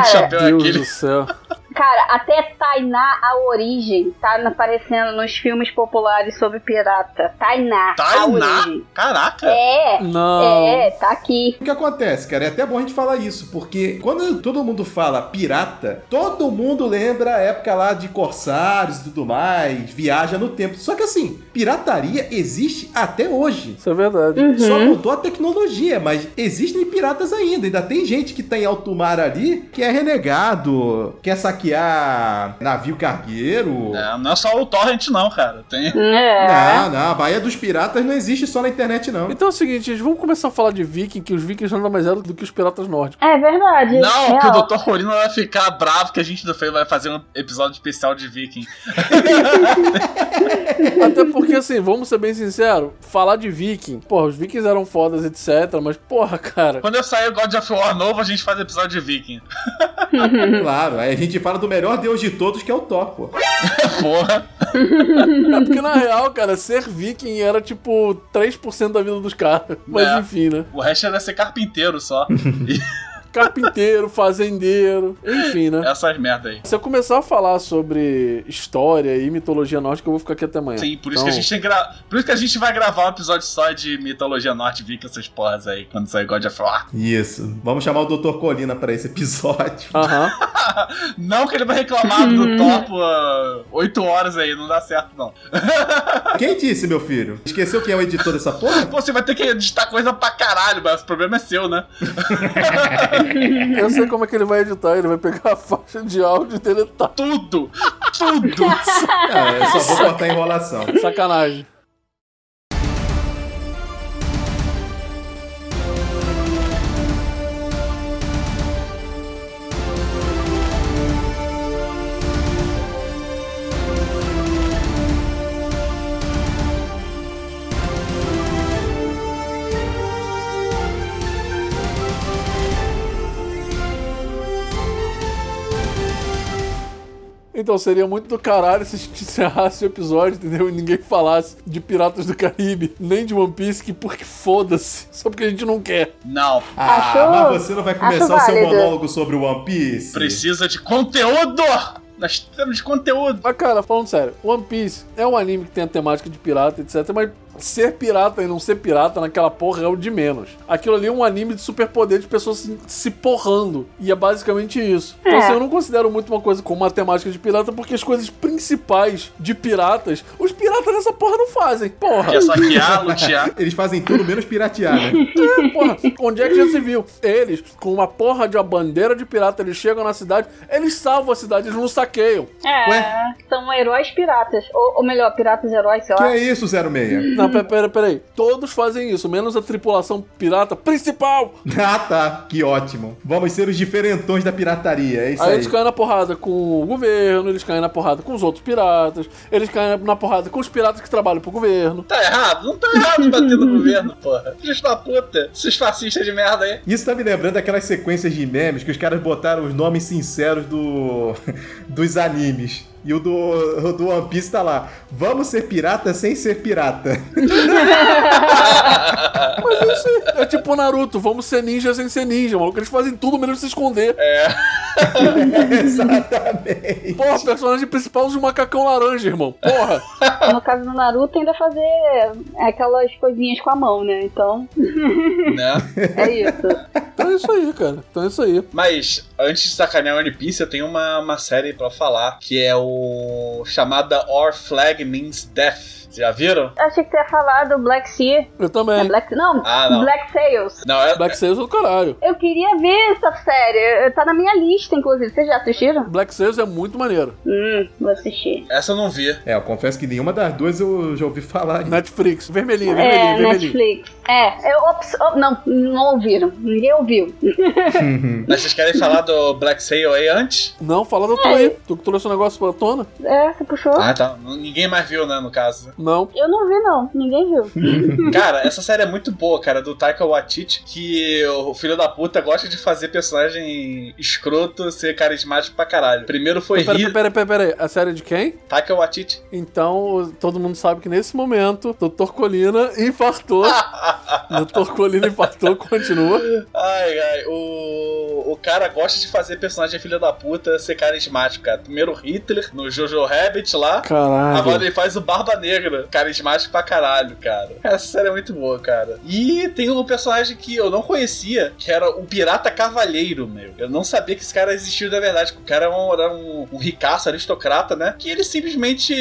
C: de
D: Cara,
C: chapéu é
A: Deus
C: aquele?
A: do céu.
D: Cara, até Tainá, a origem, tá aparecendo nos filmes populares sobre pirata. Tainá, a
C: Tainá?
D: origem.
C: Caraca.
D: É,
A: Não.
D: é, tá aqui.
B: O que acontece, cara? É até bom a gente falar isso, porque quando todo mundo fala pirata, todo mundo lembra a época lá de corsários e tudo mais, viaja no tempo. Só que assim, pirataria existe até hoje.
A: Isso é verdade.
B: Só
D: Uhum.
B: mudou a tecnologia, mas existem piratas ainda. Ainda tem gente que tá em alto mar ali, que é renegado, quer saquear navio cargueiro.
C: É, não é só o Torrent, não, cara. Tem.
D: É.
B: Não, não, a Bahia dos Piratas não existe só na internet, não.
A: Então é o seguinte, gente, vamos começar a falar de viking, que os vikings nada mais eram do que os piratas nórdicos.
D: É verdade.
C: Não, que o
D: real.
C: Dr. Corino vai ficar bravo que a gente não fez- vai fazer um episódio especial de Viking.
A: Até porque, assim, vamos ser bem sinceros, falar de viking, porra, os vikings eram fodas, etc, mas, porra, cara,
C: Quando eu sair o God of War novo, a gente faz episódio de Viking.
D: Uhum.
B: Claro, aí a gente fala do melhor deus de todos, que é o Thor, pô.
C: Porra.
A: É porque na real, cara, ser viking era tipo 3% da vida dos caras. Mas
C: É.
A: enfim, né?
C: O resto era ser carpinteiro só.
A: Carpinteiro, fazendeiro, enfim, né?
C: Essas merda aí.
A: Se eu começar a falar sobre história e mitologia nórdica, eu vou ficar aqui até amanhã.
C: Sim, por isso,
A: Então,
C: que a gente tem gra... por isso que a gente vai gravar um episódio só de mitologia norte Viking, essas porras aí, quando sair God of War.
B: Isso. Vamos chamar o Dr. Colina pra esse episódio.
A: Aham.
C: Não que ele vai reclamar do top 8 horas aí, não dá certo não.
B: Quem disse, meu filho? Esqueceu quem é o editor dessa porra?
C: Pô, você vai ter que editar coisa pra caralho, mas o problema é seu, né?
A: Eu sei como é que ele vai editar. Ele vai pegar a faixa de áudio tá? e deletar.
C: Tudo! Tudo!
B: Ah, eu só vou cortar a enrolação.
A: Sacanagem. Então seria muito do caralho se a gente encerrasse o episódio, entendeu? E ninguém falasse de Piratas do Caribe, nem de One Piece, que porque foda-se. Só porque a gente não quer.
C: Não,
B: Ah,
D: Achou-
B: mas você não vai começar o seu
D: válido.
B: monólogo sobre o One Piece?
C: precisa de conteúdo! Nós temos de conteúdo!
A: Mas, cara, falando sério, One Piece é um anime que tem a temática de pirata, etc. Mas ser pirata e não ser pirata naquela porra é o de menos. Aquilo ali é um anime de superpoder de pessoas se, se porrando. E é basicamente isso. Então,
D: É.
A: assim, eu não considero muito uma coisa como uma temática de pirata, porque as coisas principais de piratas, os piratas nessa porra não fazem. Porra.
C: Quer saquear, É lutear.
B: Eles fazem tudo menos piratear, né?
A: Porra, onde é que já se viu? Eles, com uma porra de uma bandeira de pirata, eles chegam na cidade, eles salvam a cidade, eles não saqueiam.
D: É,
B: Ué?
D: são heróis piratas. Ou, ou melhor, piratas heróis, sei
B: Que
D: lá.
B: é isso, 06?
A: Não, pera, pera, peraí. Todos fazem isso, menos a tripulação pirata principal.
B: ah, tá. Que ótimo. Vamos ser os diferentões da pirataria. É isso
A: Aí
B: aí.
A: eles caem na porrada com o governo, eles caem na porrada com os outros piratas, eles caem na porrada com os piratas que trabalham pro governo.
C: Tá errado? Não tá errado bater no governo, porra. Filhos da puta. Esses fascistas de merda aí.
B: Isso tá me lembrando daquelas sequências de memes que os caras botaram os nomes sinceros do dos animes. E o do, o do One Piece tá lá. Vamos ser pirata sem ser pirata.
A: Mas isso é, é tipo Naruto, vamos ser ninja sem ser ninja, maluco. Eles fazem tudo menos se esconder.
B: É. Exatamente.
A: Porra, personagem principal usa um macacão laranja, irmão. Porra.
D: No caso do Naruto, ainda fazer aquelas coisinhas com a mão, né? Então,
C: Né?
D: é isso.
A: Então é isso aí, cara. Então é isso aí.
C: Mas, antes de sacanear o One Piece, eu tenho uma, uma série pra falar, que é o... Chamada Our Flag Means Death. Vocês já viram?
D: Achei que você ia falar do Black Sea.
A: Eu
D: É
A: também.
D: Black... Não,
C: Ah, não.
D: Black Sails.
C: Não, é...
A: Black Sails é do caralho.
D: Eu queria ver essa série. Tá na minha lista, inclusive. Vocês já assistiram?
A: Black Sails é muito maneiro.
D: Hum, vou assistir.
C: essa eu não vi.
B: É, eu confesso que nenhuma das duas eu já ouvi falar.
A: Netflix, vermelhinha, vermelhinha,
D: É,
A: vermelhinha.
D: Netflix. É, eu. Ops, op- não, não ouviram. Ninguém ouviu.
C: Mas vocês querem falar do Black Sail aí antes?
A: Não, fala da tua aí. Tu que trouxe o negócio pra tona?
D: É, você puxou?
C: Ah, tá. Ninguém mais viu, né, no caso.
A: Não.
D: Eu não vi, não. Ninguém viu.
C: Cara, essa série é muito boa, cara, do Taika Waititi, que o filho da puta gosta de fazer personagem escroto ser carismático pra caralho. Primeiro foi
A: Pera, pera,
C: Rio,
A: pera, pera, pera. A série é de quem?
C: Taika Waititi.
A: Então, todo mundo sabe que nesse momento, Dr. Colina infartou.
C: Ah.
A: Dr. Colina infartou, continua.
C: Ai, ai, o, o cara gosta de fazer personagem filho da puta ser carismático, cara. Primeiro Hitler, no Jojo Rabbit lá. Agora
A: Caralho.
C: ele faz o Barba Negra, carismático pra caralho, cara. Essa série é muito boa, cara. E tem um personagem que eu não conhecia, que era o Pirata Cavalheiro, meu. Eu não sabia que esse cara existiu na verdade, que o cara era um, era um, um ricaço, aristocrata, né? Que ele simplesmente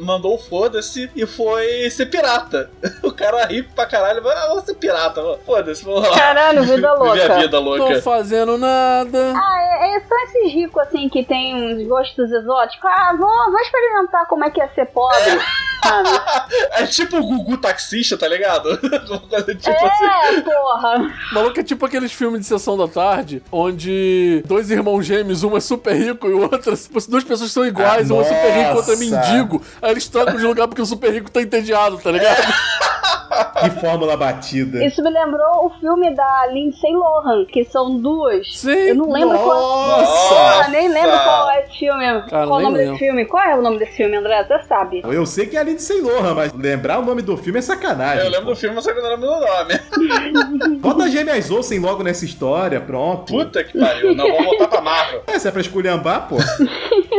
C: mandou o foda-se e foi ser pirata. O cara rico pra caralho, mas ah, vou ser pirata, mano. foda-se, vamos lá.
D: Caralho, vida
C: Viver a
D: louca.
C: vida louca.
A: Tô fazendo nada.
D: É, é, são esses ricos assim que tem uns gostos exóticos. Ah, vou, vou experimentar como é que é ser pobre. sabe?
C: É tipo o Gugu taxista, tá ligado? Uma coisa tipo assim.
D: É, porra.
A: O Maluco é tipo aqueles filmes de sessão da tarde, onde dois irmãos gêmeos, um é super rico e o outro. Duas pessoas são iguais,
B: Ah,
A: um é super rico, outro é
B: nossa.
A: mendigo. Aí eles trocam de lugar porque o super rico tá entediado, tá
C: É.
A: ligado?
B: Que fórmula batida.
D: Isso me lembrou o filme da Lindsay Lohan, que são duas.
A: Sim.
D: Eu não lembro qual.
B: Nossa!
D: Ah, nem lembro qual é esse filme.
A: Cara,
D: qual o
A: nem
D: nome
A: lembro.
D: desse filme? Qual é o nome desse filme, André? Você sabe.
B: Eu sei que é a Lindsay Lohan, mas lembrar o nome do filme é sacanagem.
C: Eu lembro do filme, mas eu não lembro do nome.
B: Bota gêmeas Olsen logo nessa história, pronto.
C: Puta que pariu. Não, vamos voltar pra Marvel.
B: Essa é pra esculhambar, pô.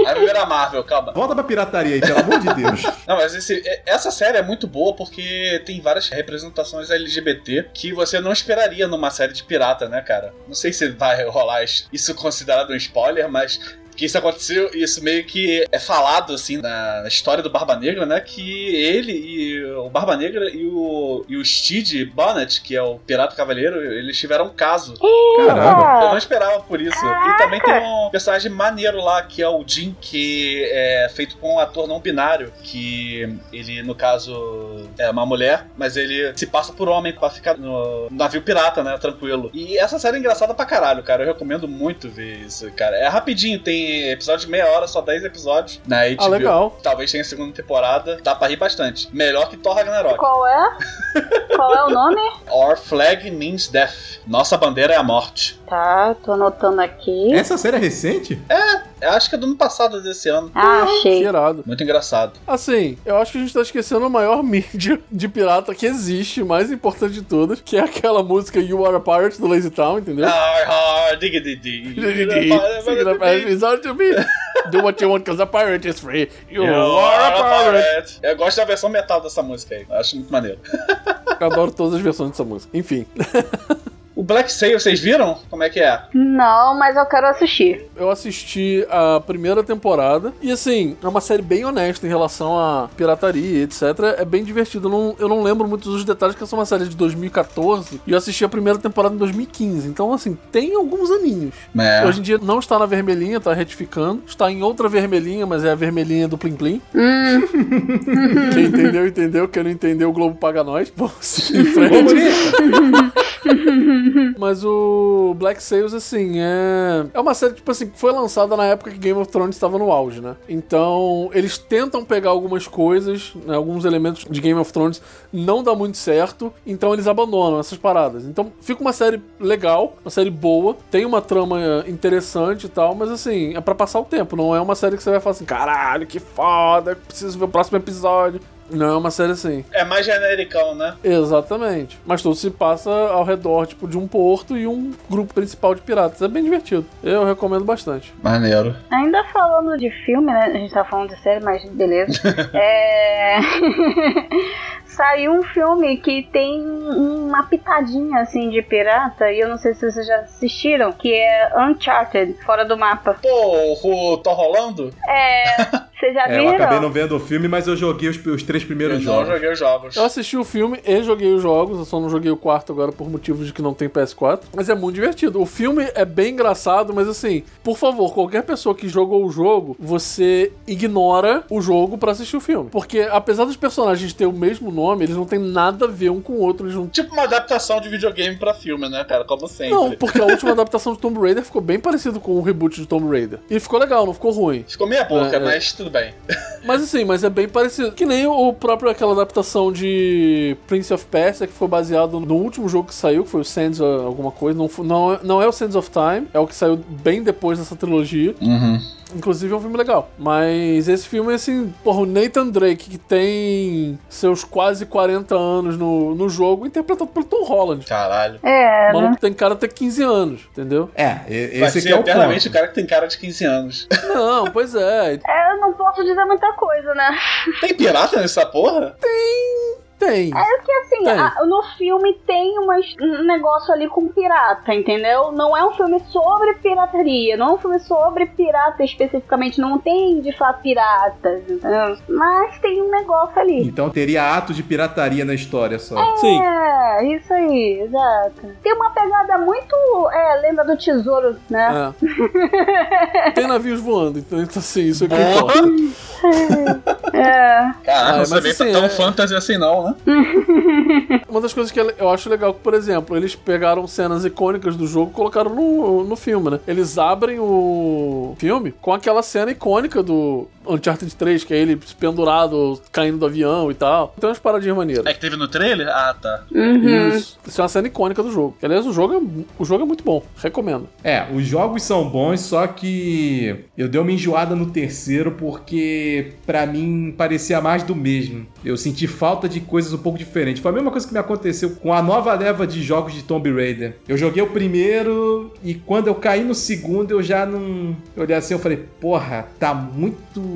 C: Aí primeiro a Marvel, calma.
B: Volta pra pirataria aí, pelo amor de Deus.
C: Não, mas esse- essa série é muito boa porque tem várias representações LGBT que você não esperaria numa série de pirata, né, cara? Não sei se vai rolar isso isso considerado um spoiler, mas. Que isso aconteceu, isso meio que é falado, assim, na história do Barba Negra, né? Que ele e o Barba Negra e o, e o Steed Bonnet, que é o Pirata Cavaleiro, eles tiveram um caso.
B: Caramba.
C: Eu não
D: Ah,
C: esperava por isso. E também tem um personagem maneiro lá, que é o Jim, que é feito com um ator não binário, que ele, no caso, é uma mulher, mas ele se passa por homem pra ficar no navio pirata, né? Tranquilo. E essa série é engraçada pra caralho, cara. Eu recomendo muito ver isso, cara. É rapidinho, tem episódio de meia hora, só 10 episódios na HBO.
A: Ah, legal.
C: Talvez tenha segunda temporada. Dá pra rir bastante. Melhor que Thor Ragnarok.
D: qual é? Qual é o nome?
C: Our flag means death. Nossa bandeira é a morte.
D: Tá, tô anotando aqui.
B: Essa série é recente?
C: Eu acho que é do ano passado desse ano.
D: Ah,
A: Que
D: achei.
A: irado.
C: Muito engraçado.
A: Assim, eu acho que a gente tá esquecendo a maior mídia de pirata que existe, mais importante de todas, que é aquela música You Are a Pirate do Lazy Town, entendeu?
C: Har, har, diggity, dig. é
A: Singing a pirate is hard to be. Do what you want, cause a pirate is free. You
C: You
A: are a pirate.
C: pirate. Eu gosto da versão metal dessa música aí. Eu Acho muito maneiro.
A: Eu adoro todas as versões dessa música. Enfim.
C: O Black Sail, vocês viram? Como é que é?
D: Não, mas eu quero assistir.
A: Eu assisti a primeira temporada e assim, é uma série bem honesta em relação à pirataria, etc. É bem divertido. Eu não, eu não lembro muitos dos detalhes, porque essa é uma série de 2014 e eu assisti a primeira temporada em 2015. Então, assim, tem alguns aninhos.
C: É.
A: Hoje em dia não está na vermelhinha, tá retificando. Está em outra vermelhinha, mas é a vermelhinha do Plim Plim. Quem entendeu, entendeu. Quem não entendeu, o Globo paga nós. Bom, seguir em frente. Mas o Black Sails, assim, é. É uma série, tipo assim, que foi lançada na época que Game of Thrones estava no auge, né? Então, eles tentam pegar algumas coisas, né, alguns elementos de Game of Thrones não dá muito certo, então eles abandonam essas paradas. Então, fica uma série legal, uma série boa, tem uma trama eh, interessante e tal, mas assim, é pra passar o tempo, não é uma série que você vai falar assim, caralho, que foda, preciso ver o próximo episódio. Não é uma série assim.
C: É mais genericão, né?
A: Exatamente. Mas tudo se passa ao redor, tipo, de um porto e um grupo principal de piratas. É bem divertido. Eu recomendo bastante.
C: Maneiro.
D: Ainda falando de filme, né? A gente tá falando de série, mas beleza. É... Saiu um filme que tem uma pitadinha assim de pirata, e eu não sei se vocês já assistiram, que é Uncharted, Fora do Mapa.
C: Pô, o Tô Rolando?
D: É. Vocês já
B: É,
D: viram?
B: eu acabei não vendo o filme, mas eu joguei os, os três primeiros
C: eu não
B: jogos.
C: joguei os jogos.
A: Eu assisti o filme e joguei os jogos, eu só não joguei o quarto agora por motivos de que não tem PS4. Mas é muito divertido. O filme é bem engraçado, mas assim, por favor, qualquer pessoa que jogou o jogo, você ignora o jogo pra assistir o filme. Porque apesar dos personagens terem o mesmo nome, eles não têm nada a ver um com o outro, eles não
C: Tipo uma adaptação de videogame pra filme, né, cara? Como sempre.
A: Não, porque a última adaptação de Tomb Raider ficou bem parecido com o reboot de Tomb Raider. E ficou legal, não ficou ruim.
C: Ficou meia boca,
A: É, é.
C: mas tudo bem.
A: Mas assim, mas é bem parecido. Que nem o próprio aquela adaptação de Prince of Persia, que foi baseado no último jogo que saiu, que foi o Sands of alguma coisa. Não, fo- não, é- não é o Sands of Time, é o que saiu bem depois dessa trilogia.
C: Uhum.
A: Inclusive é um filme legal. Mas esse filme, assim, porra, o Nathan Drake, que tem seus quase 40 anos no, no jogo, interpretado pelo Tom Holland.
C: Caralho.
D: É,
A: O maluco tem cara até 15 anos, entendeu?
B: É, e-
C: Vai
B: esse aqui
C: ser
B: é o ponto.
C: eternamente o cara que tem cara de 15 anos.
A: Não, pois é.
D: é, eu não posso dizer muita coisa, né?
C: tem pirata nessa porra?
A: Tem.
D: Assim,
A: Tem.
D: a- no filme tem uma his- um negócio ali com pirata, entendeu? Não é um filme sobre pirataria, não é um filme sobre pirata especificamente, não tem de fato piratas, entendeu? Mas tem um negócio ali.
B: Então teria ato de pirataria na história só.
A: Sim.
D: É, isso aí, exato. Tem uma pegada muito é, lenda do tesouro,
A: Ah.
D: né?
A: É. Tem navios voando, então então, assim, isso é o que importa.
D: É.
A: Ah,
C: Caraca,
A: mas
C: você vem
A: assim,
C: tão
A: é-
C: fantasy assim não, né?
A: Uma das coisas que eu acho legal que, por exemplo, eles pegaram cenas icônicas do jogo e colocaram no, no filme, né? Eles abrem o filme com aquela cena icônica do Uncharted 3, que é ele pendurado, caindo do avião e tal. Tem umas paradinhas maneiras.
C: É que teve no trailer? Ah, tá.
D: Uhum.
A: Isso. Isso é uma cena icônica do jogo. Aliás, o jogo é, o jogo é muito bom. Recomendo.
B: É, os jogos são bons, só que eu dei uma enjoada no terceiro porque pra mim parecia mais do mesmo. Eu senti falta de coisas um pouco diferentes. Foi a mesma coisa que me aconteceu com a nova leva de jogos de Tomb Raider. Eu joguei o primeiro e quando eu caí no segundo eu já não eu olhei assim, eu falei, porra, tá muito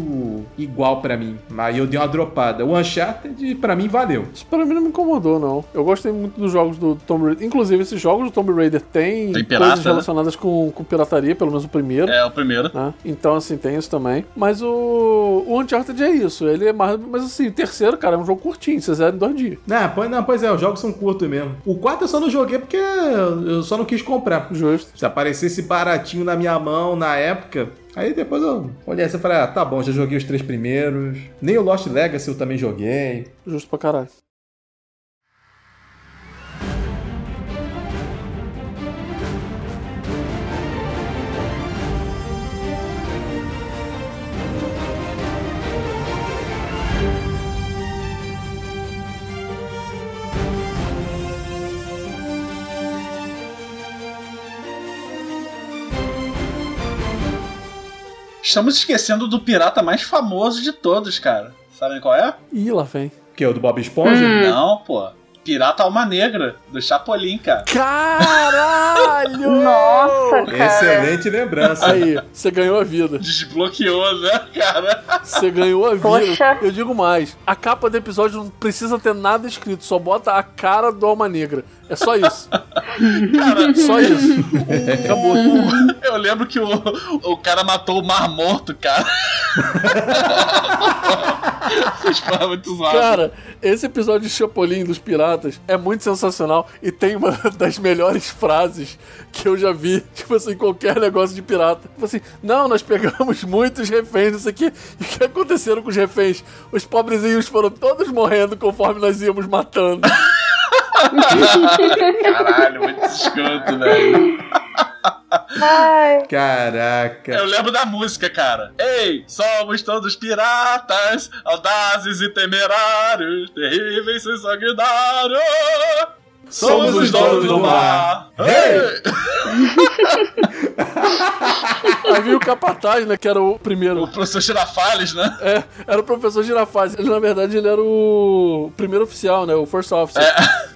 B: igual pra mim. Aí eu dei uma dropada. O Uncharted pra mim valeu.
A: Isso pra mim não me incomodou, não. Eu gostei muito dos jogos do Tomb Raider. Inclusive, esses jogos do Tomb Raider têm
C: Tem pirata,
A: coisas
C: né?
A: relacionadas com, com pirataria, pelo menos o primeiro.
C: É o primeiro.
A: né? Então, assim, tem isso também. Mas o, o Uncharted é isso. Ele é mais. Mas assim, o terceiro, cara, é um jogo curtinho, você zera em dois dias.
B: Não, pois, não, pois é, os jogos são curtos mesmo. O quarto eu só não joguei porque eu só não quis comprar.
A: Justo.
B: Se aparecesse baratinho na minha mão na época. Aí depois eu olhei assim e falei, ah, tá bom, já joguei os três primeiros. Nem o Lost Legacy eu também joguei.
A: Justo pra caralho.
C: Estamos esquecendo do pirata mais famoso de todos, cara. Sabem qual é?
A: Ih, lá vem. Hum.
C: Hum,
B: Que é o do Bob Esponja?
C: Não, pô. Pirata Alma Negra, do Chapolin, cara.
A: Caralho!
D: Nossa, cara.
B: Excelente lembrança.
A: Aí, você ganhou a vida.
C: Desbloqueou, né, cara?
A: Você ganhou a vida.
D: Poxa.
A: Eu digo mais: a capa do episódio não precisa ter nada escrito, só bota a cara do Alma Negra. É só isso.
C: Cara,
A: Só isso. Acabou.
C: eu lembro que o, o cara matou o Mar Morto, cara. Vocês foram é muito zoados.
A: Cara, esse episódio de Chapolin dos Piratas é muito sensacional e tem uma das melhores frases que eu já vi, tipo assim, em qualquer negócio de pirata. Tipo assim, não, nós pegamos muitos reféns, isso aqui. E o que aconteceram com os reféns? Os pobrezinhos foram todos morrendo conforme nós íamos matando.
C: Caralho, muito escroto, velho.
D: Ai,
B: Caraca.
C: É, Eu lembro da música, cara. Ei, somos todos piratas, audazes e temerários, terríveis e sanguinários. Somos os donos do mar.
B: Ei!
A: Aí veio o capataz, né, que era o primeiro.
C: O professor Girafales, né?
A: É, era o professor Girafaz. Ele, na verdade, ele era o primeiro oficial, né? O First Officer.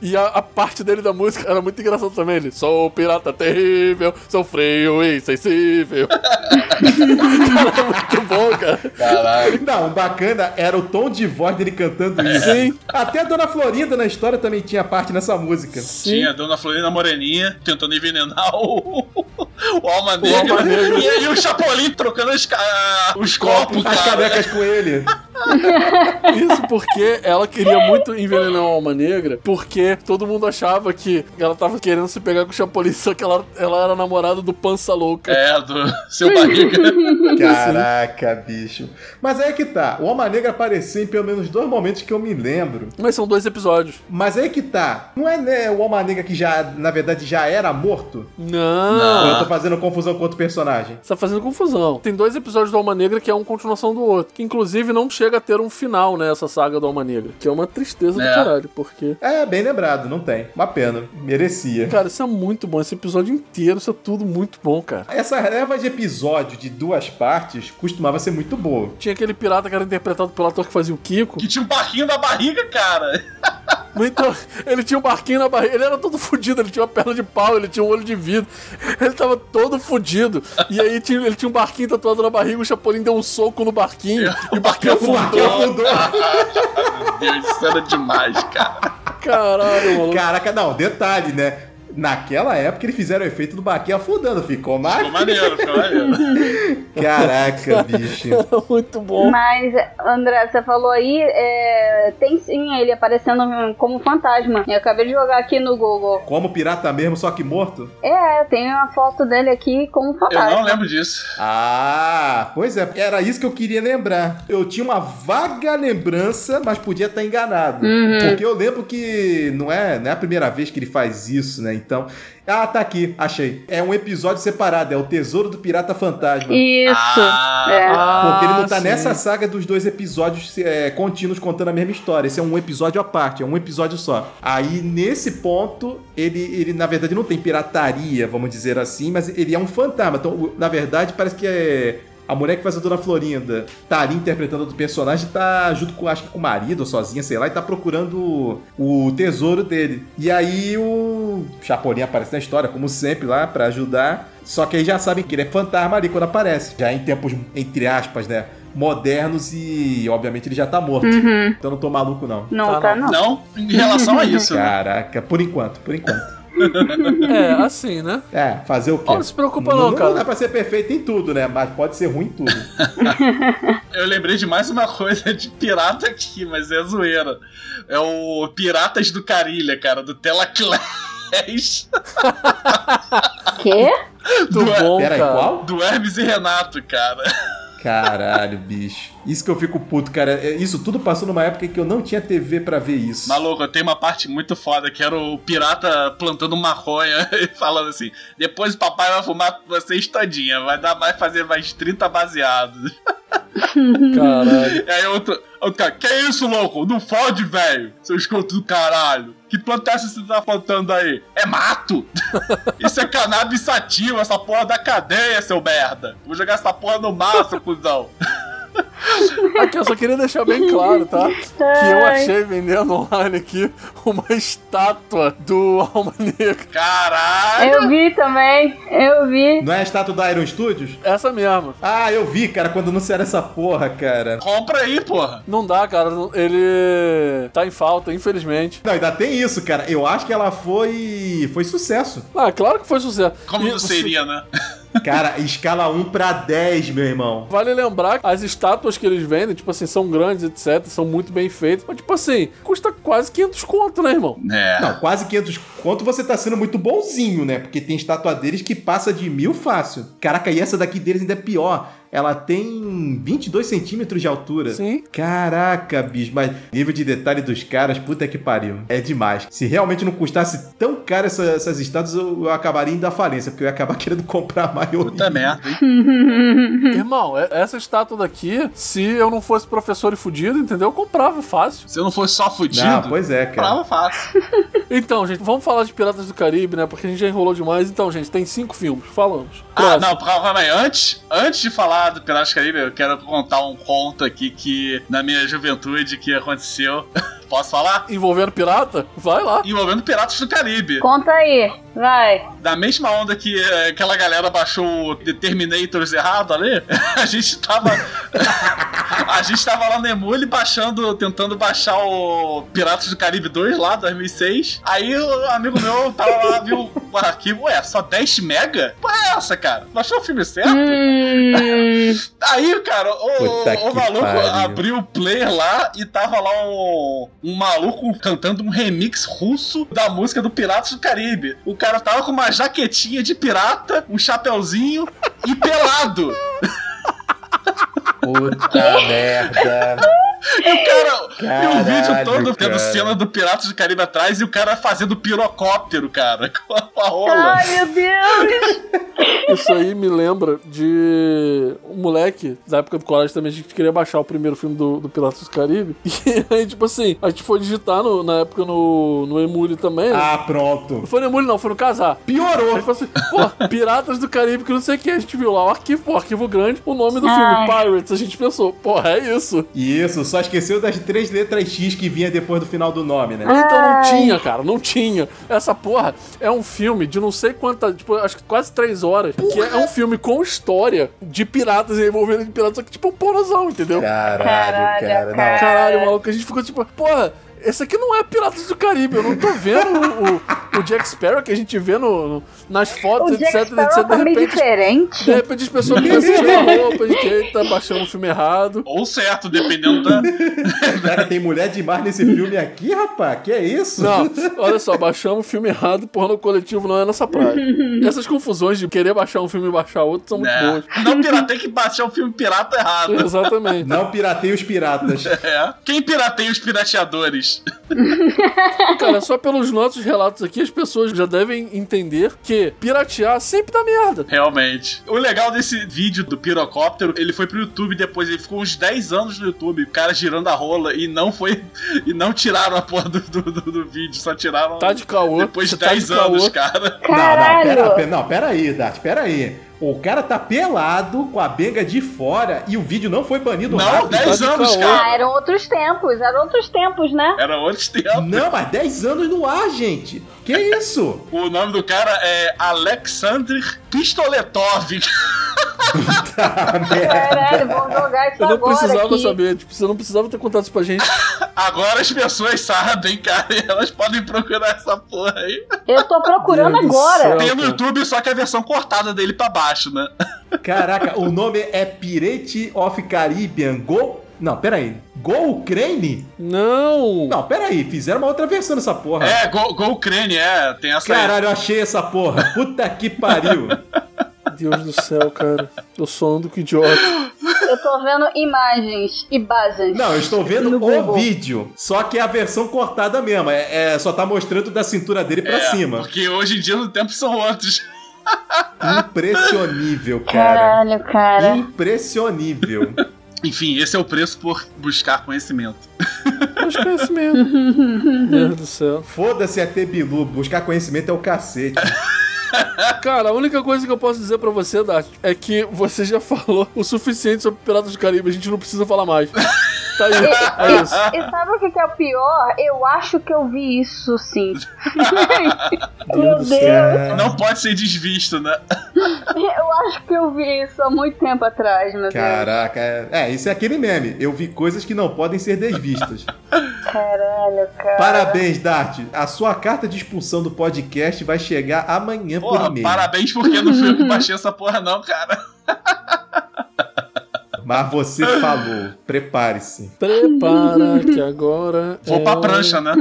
A: E a, a parte dele da música era muito engraçada também. Ele, sou um pirata terrível, sou frio e sensível. era muito bom, cara.
C: Caralho.
B: Não, o bacana era o tom de voz dele cantando isso.
A: Sim.
B: Até a Dona Florinda na história também tinha parte nessa música.
C: Tinha a dona Florinda Moreninha tentando envenenar o, o Alma Negra.
A: Alma Negra.
C: E aí o Chapolin trocando as ca- os copos,
B: As
C: cara.
B: canecas com ele.
A: Isso porque ela queria muito envenenar a alma negra, porque todo mundo achava que ela tava querendo se pegar com o Chapolin, só que ela, ela era namorada do Pança Louca.
C: É, do seu barriga.
B: Caraca, bicho. Mas aí que tá. O Alma Negra apareceu em pelo menos dois momentos que eu me lembro.
A: Mas são dois episódios.
B: Mas aí que tá. Não é né, o Alma Negra que já, na verdade, já era morto?
A: Não.
B: Ou eu tô fazendo confusão com outro personagem?
A: Você tá fazendo confusão. Tem dois episódios do Alma Negra que é uma continuação do outro. Que inclusive não chega a ter um final, né? Essa saga do Alma Negra. Que é uma tristeza do
C: É.
A: caralho, porque.
B: É, bem lembrado, não tem. Uma pena. Merecia.
A: Cara, isso é muito bom. Esse episódio inteiro, isso é tudo muito bom, cara.
B: Essa leva de episódio de duas partes costumava ser muito boa.
A: Tinha aquele pirata que era interpretado pelo ator que fazia o Kiko.
C: Que tinha um barquinho na barriga, cara.
A: No entanto, ele tinha um barquinho na barriga. Ele era todo fudido, ele tinha uma perna de pau, ele tinha um olho de vidro. Ele tava todo fudido. E aí tinha- ele tinha um barquinho tatuado na barriga, o Chapolin deu um soco no barquinho. E o barquinho
B: Porque
A: afundou.
B: afundou.
C: Meu Deus, isso era demais, cara.
A: Caralho, maluco.
B: Caraca, não, detalhe, né? Naquela época eles fizeram o efeito do barquinho afundando, ficou mais.
C: Ficou maneiro, ficou maneiro.
B: Caraca, bicho.
A: muito bom.
D: Mas, André, você falou aí, é, tem sim ele aparecendo como fantasma. Eu acabei de jogar aqui no Google.
B: Como pirata mesmo, só que morto?
D: É, tem uma foto dele aqui como
C: Eu
D: fantasma.
C: não lembro disso.
B: Ah, pois é, era isso que eu queria lembrar. Eu tinha uma vaga lembrança, mas podia estar enganado. Porque eu lembro que não é, não é a primeira vez que ele faz isso, né? Então. Ah, tá aqui, achei. É um episódio separado, é o Tesouro do Pirata Fantasma.
D: Isso.
C: Ah,
D: É.
B: Porque ele não tá
A: Ah, sim.
B: nessa saga dos dois episódios é, contínuos contando a mesma história. Esse é um episódio à parte, é um episódio só. Aí, nesse ponto, ele, ele na verdade não tem pirataria, vamos dizer assim, mas ele é um fantasma. Então, o- na verdade, parece que é. A mulher que faz a Dona Florinda tá ali interpretando outro personagem, tá junto com, acho que com o marido, ou sozinha, sei lá, e tá procurando o, o tesouro dele. E aí o Chapolin aparece na história, como sempre, lá pra ajudar. Só que aí já sabem que ele é fantasma ali quando aparece. Já em tempos, entre aspas, né? Modernos e, obviamente, ele já tá morto.
D: Uhum.
B: Então eu não tô maluco, não.
D: Não
A: Tá,
D: tá,
A: não.
D: não.
C: Não, em relação a isso, né?
B: Caraca, por enquanto, por enquanto.
A: É, assim, né?
B: É, fazer o quê?
A: Ó, não se preocupa não,
B: Não dá
A: cara.
B: pra ser perfeito em tudo, né? Mas pode ser ruim em tudo.
C: Eu lembrei de mais uma coisa de pirata aqui, mas é zoeira. É o Piratas do Carilha, cara, do Telaclés.
D: Quê?
A: Muito bom,
B: é Pera aí,
A: cara.
B: qual?
C: Do Hermes e Renato, cara.
B: Caralho, bicho. Isso que eu fico puto, cara. É, Isso tudo passou numa época que eu não tinha TV pra ver isso.
C: Maluco, tem uma parte muito foda que era o pirata plantando maconha e falando assim: depois o papai vai fumar com vocês todinha, vai dar mais fazer mais 30 baseados.
A: Caralho.
C: E aí outro, outro cara, que isso, louco? Não fode, velho, seu escroto do caralho. Que planta é essa que você tá plantando aí? É mato? Isso é cannabis sativa, essa porra da cadeia, seu merda. Vou jogar essa porra no mar, seu cuzão.
A: Aqui eu só queria deixar bem claro, tá? Que eu
D: Ai.
A: achei vendendo online aqui uma estátua do Alma Negra.
C: Caralho!
D: Eu vi também, eu vi.
B: Não é a estátua da Iron Studios?
A: Essa mesma.
B: Ah, eu vi, cara, quando anunciaram essa porra, cara.
C: Compra aí, porra.
A: Não dá, cara. não- Ele tá em falta, infelizmente.
B: Não, ainda tem isso, cara. Eu acho que ela foi. Foi sucesso.
A: Ah, claro que foi sucesso.
C: Como
A: E
C: não
A: você-
C: seria, né?
B: Cara, escala 1 pra 10, meu irmão.
A: Vale lembrar que as estátuas que eles vendem, tipo assim, são grandes, etc. São muito bem feitas. Mas, tipo assim, custa quase 500 conto, né, irmão?
C: É.
B: Não, quase 500 conto você tá sendo muito bonzinho, né? Porque tem estátua deles que passa de mil fácil. Caraca, e essa daqui deles ainda é pior. Ela tem 22 centímetros de altura.
A: Sim.
B: Caraca, bicho, mas nível de detalhe dos caras, puta que pariu. É demais. Se realmente não custasse tão caro essa- essas estátuas, eu, eu acabaria indo da falência, porque eu ia acabar querendo comprar a maioria.
C: Puta merda. hein?
A: Irmão, é- essa estátua daqui, se eu não fosse professor e fudido, entendeu? Eu comprava fácil.
C: Se eu não fosse só fudido,
B: Não, pois é, cara.
C: comprava fácil.
A: Então, gente, vamos falar de Piratas do Caribe, né? Porque a gente já enrolou demais. Então, gente, tem cinco filmes. Falamos.
C: Ah,
A: Próximo.
C: não, calma aí. Antes, antes de falar do Piratas do Caribe, eu quero contar um conto aqui que, na minha juventude, que aconteceu. Posso falar?
A: Envolvendo pirata? Vai lá.
C: Envolvendo Piratas do Caribe.
D: Conta aí, vai.
C: Da mesma onda que eh, aquela galera baixou o The Terminators errado ali, a gente tava. a gente tava lá no Emule baixando, tentando baixar o Piratas do Caribe 2 lá, 2006. Aí o amigo meu tava lá, viu o arquivo, ué, só 10 mega? Pô, é essa, cara? Baixou o filme certo?
D: Hum,
C: Aí, cara, o,
B: Puta
C: o
B: que
C: maluco
B: pariu.
C: abriu o player lá e tava lá um, um maluco cantando um remix russo da música do Piratas do Caribe. O cara tava com uma jaquetinha de pirata, um chapéuzinho e pelado.
B: Puta merda.
C: E o cara. e o vídeo
B: Caralho,
C: todo tendo
B: cara.
C: cena do Piratas do Caribe atrás e o cara fazendo pirocóptero, cara, com a rola.
D: ai, meu Deus.
A: Isso aí me lembra de um moleque da época do colégio também. A gente queria baixar o primeiro filme do, do Piratas do Caribe. E aí, tipo assim, a gente foi digitar no- na época no, no Emule também. né?
B: Ah, pronto.
A: Não foi no Emule, não, foi no Casar. Aí
B: Piorou.
A: falou assim, pô, Piratas do Caribe, que não sei o que. A gente viu lá o arquivo, pô, arquivo grande, o nome do
D: Ai.
A: filme, Pirates. A gente pensou, pô, é isso.
B: Isso, só esqueceu das três letras X que vinha depois do final do nome, né?
A: Então não tinha, cara, não tinha. Essa porra é um filme de não sei quantas, tipo, acho que quase três horas. Que é um filme com história de piratas e envolvendo de piratas, só que tipo um pornozão, entendeu?
B: Caralho,
D: Caralho,
B: cara. Não.
D: cara.
A: Caralho, maluco, a gente ficou tipo, porra, esse aqui não é Piratas do Caribe, eu não tô vendo o, o- o Jack Sparrow que a gente vê no, no- nas
D: O
A: fotos, etc,
D: Jack
A: etc.
D: Sparrow
A: De
D: tá meio
A: repente,
D: diferente.
A: de repente as pessoas começam a tirar roupa, de que tá baixando o filme errado.
C: Ou certo, dependendo da. né?
B: Cara, tem mulher demais nesse filme aqui, rapaz. Que é isso?
A: Não, olha só, baixamos o filme errado, porra, no coletivo não é nossa praia. Essas confusões de querer baixar um filme e baixar outro são muito boas.
C: Né? Não piratei que baixar o filme pirata errado.
A: Exatamente.
B: Não pirateia os piratas.
C: É. Quem pirateia os pirateadores?
A: Cara, só pelos nossos relatos aqui, as pessoas já devem entender que piratear sempre dá merda.
C: Realmente. O legal desse vídeo do pirocóptero, ele foi pro YouTube depois, ele ficou uns 10 anos no YouTube, o cara girando a rola e não foi. E não tiraram a porra do, do, do- do vídeo, só tiraram
A: Tá de caô.
C: depois de
A: tá
C: 10
A: caô. Tá
C: anos, cara.
D: Caralho.
B: Não, não, pera, pera, não, pera aí, Dart, pera aí. O cara tá pelado com a benga de fora e o vídeo não foi banido
C: Não,
B: rápido.
C: 10
A: tá de
C: anos,
A: caô.
C: cara.
D: Ah, eram outros tempos, eram outros tempos, né?
C: Era outros tempos.
B: Não, mas 10 anos no ar, gente. Que isso?
C: O nome do cara é Alexander Pistoletov.
D: Caralho, vamos jogar isso
A: Eu não
D: agora
A: precisava
D: aqui.
A: saber, tipo, você não precisava ter contado isso pra gente.
C: Agora as pessoas sabem, cara, e elas podem procurar essa porra aí.
D: Eu tô procurando
A: Meu Deus do
D: agora.
A: céu.
C: Tem no
A: cara.
C: YouTube, só que a versão cortada dele pra baixo, né?
B: Caraca, o nome é Pirate of Caribbean Go. Não, pera aí. Go Crane?
A: Não!
B: Não, pera aí. Fizeram uma outra versão dessa
A: Ah.
B: porra.
C: É, Gol Gol Crane, é, tem essa aí.
B: Caralho, eu achei essa porra. Puta que pariu.
A: Deus do céu, cara. Eu só ando com idiota.
D: Eu tô vendo imagens e bases.
B: Não, eu estou vendo
D: No
B: o
D: Google.
B: vídeo. Só que é a versão cortada mesmo. É, é- só tá mostrando da cintura dele pra
C: É,
B: cima.
C: Porque hoje em dia os tempos são outros.
B: Impressionível, cara.
D: Caralho, cara.
B: Impressionível.
C: Enfim, esse é o preço por buscar conhecimento.
A: Mas conhecimento. é Deus do céu.
B: Foda-se a Tebilu. Buscar conhecimento é o cacete.
A: Cara, a única coisa que eu posso dizer pra você, Dart, é que você já falou o suficiente sobre Piratas do Caribe. A gente não precisa falar mais. Tá aí, é isso.
D: E, e sabe o que que é o pior? Eu acho que eu vi isso sim. Meu Deus.
B: É.
C: Não pode ser desvisto, né?
D: Eu acho que eu vi isso há muito tempo atrás, meu
B: Caraca, é, é, isso é aquele meme. Eu vi coisas que não podem ser desvistas.
D: Deus. Caralho, cara.
B: Parabéns, Dart. A sua carta de expulsão do podcast vai chegar amanhã por
C: Porra,
B: e-mail.
C: parabéns porque não fui eu que baixei essa porra, não, cara.
B: Mas você falou. Prepare-se.
A: Prepara que agora.
C: Vou
A: é
C: pra
A: o
C: prancha, né?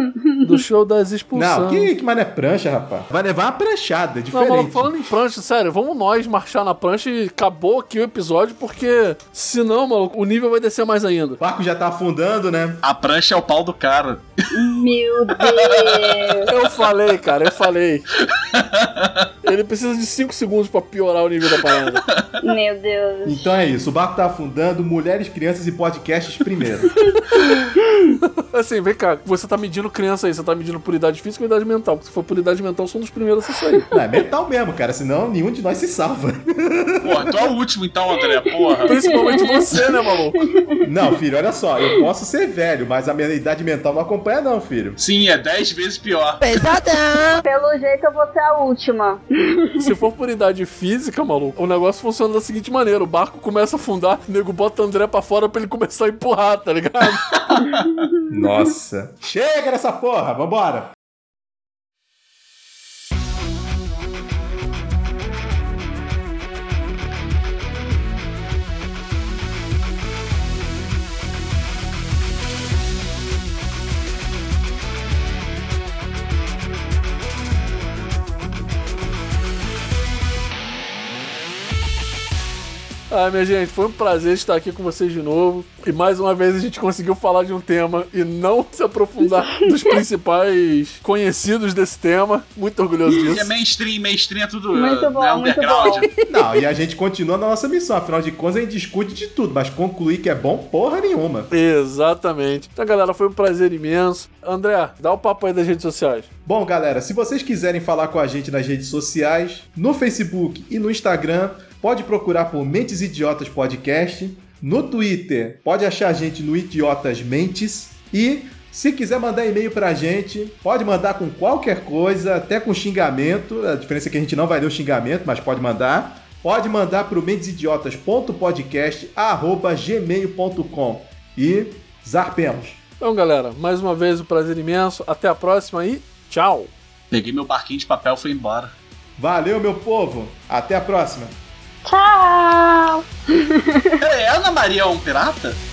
A: Do show das
B: Não,
A: expulsões.
B: que, que mais é prancha, rapaz? Vai levar uma pranchada, é
A: Não,
B: diferente.
A: mano, falando em prancha, sério, vamos nós marchar na prancha e acabou aqui o episódio, porque senão, maluco, o nível vai descer mais ainda.
B: O barco já tá afundando, né?
C: A prancha é o pau do cara.
D: Meu Deus.
A: Eu falei, cara, eu falei. Ele precisa de 5 segundos pra piorar o nível da parada.
D: Meu Deus.
B: Então é isso, o barco tá afundando, mulheres, crianças e podcasts primeiro.
A: Assim, vem cá, você tá medindo criança aí, você tá medindo por idade física ou idade mental? Porque se for por idade mental, eu sou um dos primeiros a se sair.
B: Não, é mental mesmo, cara, senão nenhum de nós se salva.
C: Porra, tu é o último então, André, porra.
A: Principalmente você, né, maluco?
B: Não, filho, olha só, eu posso ser velho, mas a minha idade mental não acompanha, não, filho.
C: Sim, é 10 vezes pior.
E: Pesadão!
D: Pelo jeito eu vou ser a última.
A: Se for por idade física, maluco, o negócio funciona da seguinte maneira: o barco começa a afundar, o nego bota o André pra fora pra ele começar a empurrar, tá ligado?
B: Nossa. Chega dessa porra, vambora.
A: Ah, minha gente, foi um prazer estar aqui com vocês de novo. E mais uma vez a gente conseguiu falar de um tema e não se aprofundar dos principais conhecidos desse tema. Muito orgulhoso
C: E é
A: disso.
C: mainstream, mainstream é tudo
D: Muito
C: eh,
D: bom,
C: né,
D: muito
C: underground.
B: Não, e a gente continua na nossa missão, afinal de contas a gente discute de tudo, mas concluir que é bom, porra nenhuma.
A: Exatamente. Então, galera, foi um prazer imenso. André, dá o papo aí das redes sociais.
B: Bom, galera, se vocês quiserem falar com a gente nas redes sociais, no Facebook e no Instagram, pode procurar por Mentes Idiotas Podcast. No Twitter, pode achar a gente no Idiotas Mentes. E se quiser mandar e-mail pra gente, pode mandar com qualquer coisa, até com xingamento. A diferença é que a gente não vai ler o xingamento, mas pode mandar. Pode mandar pro mentesidiotas.podcast.gmail.com e zarpemos.
A: Então, galera, mais uma vez um prazer imenso. Até a próxima e tchau!
C: Peguei meu barquinho de papel e fui embora.
B: Valeu, meu povo! Até a próxima!
D: Tchau.
C: Peraí, a Ana Maria é um pirata?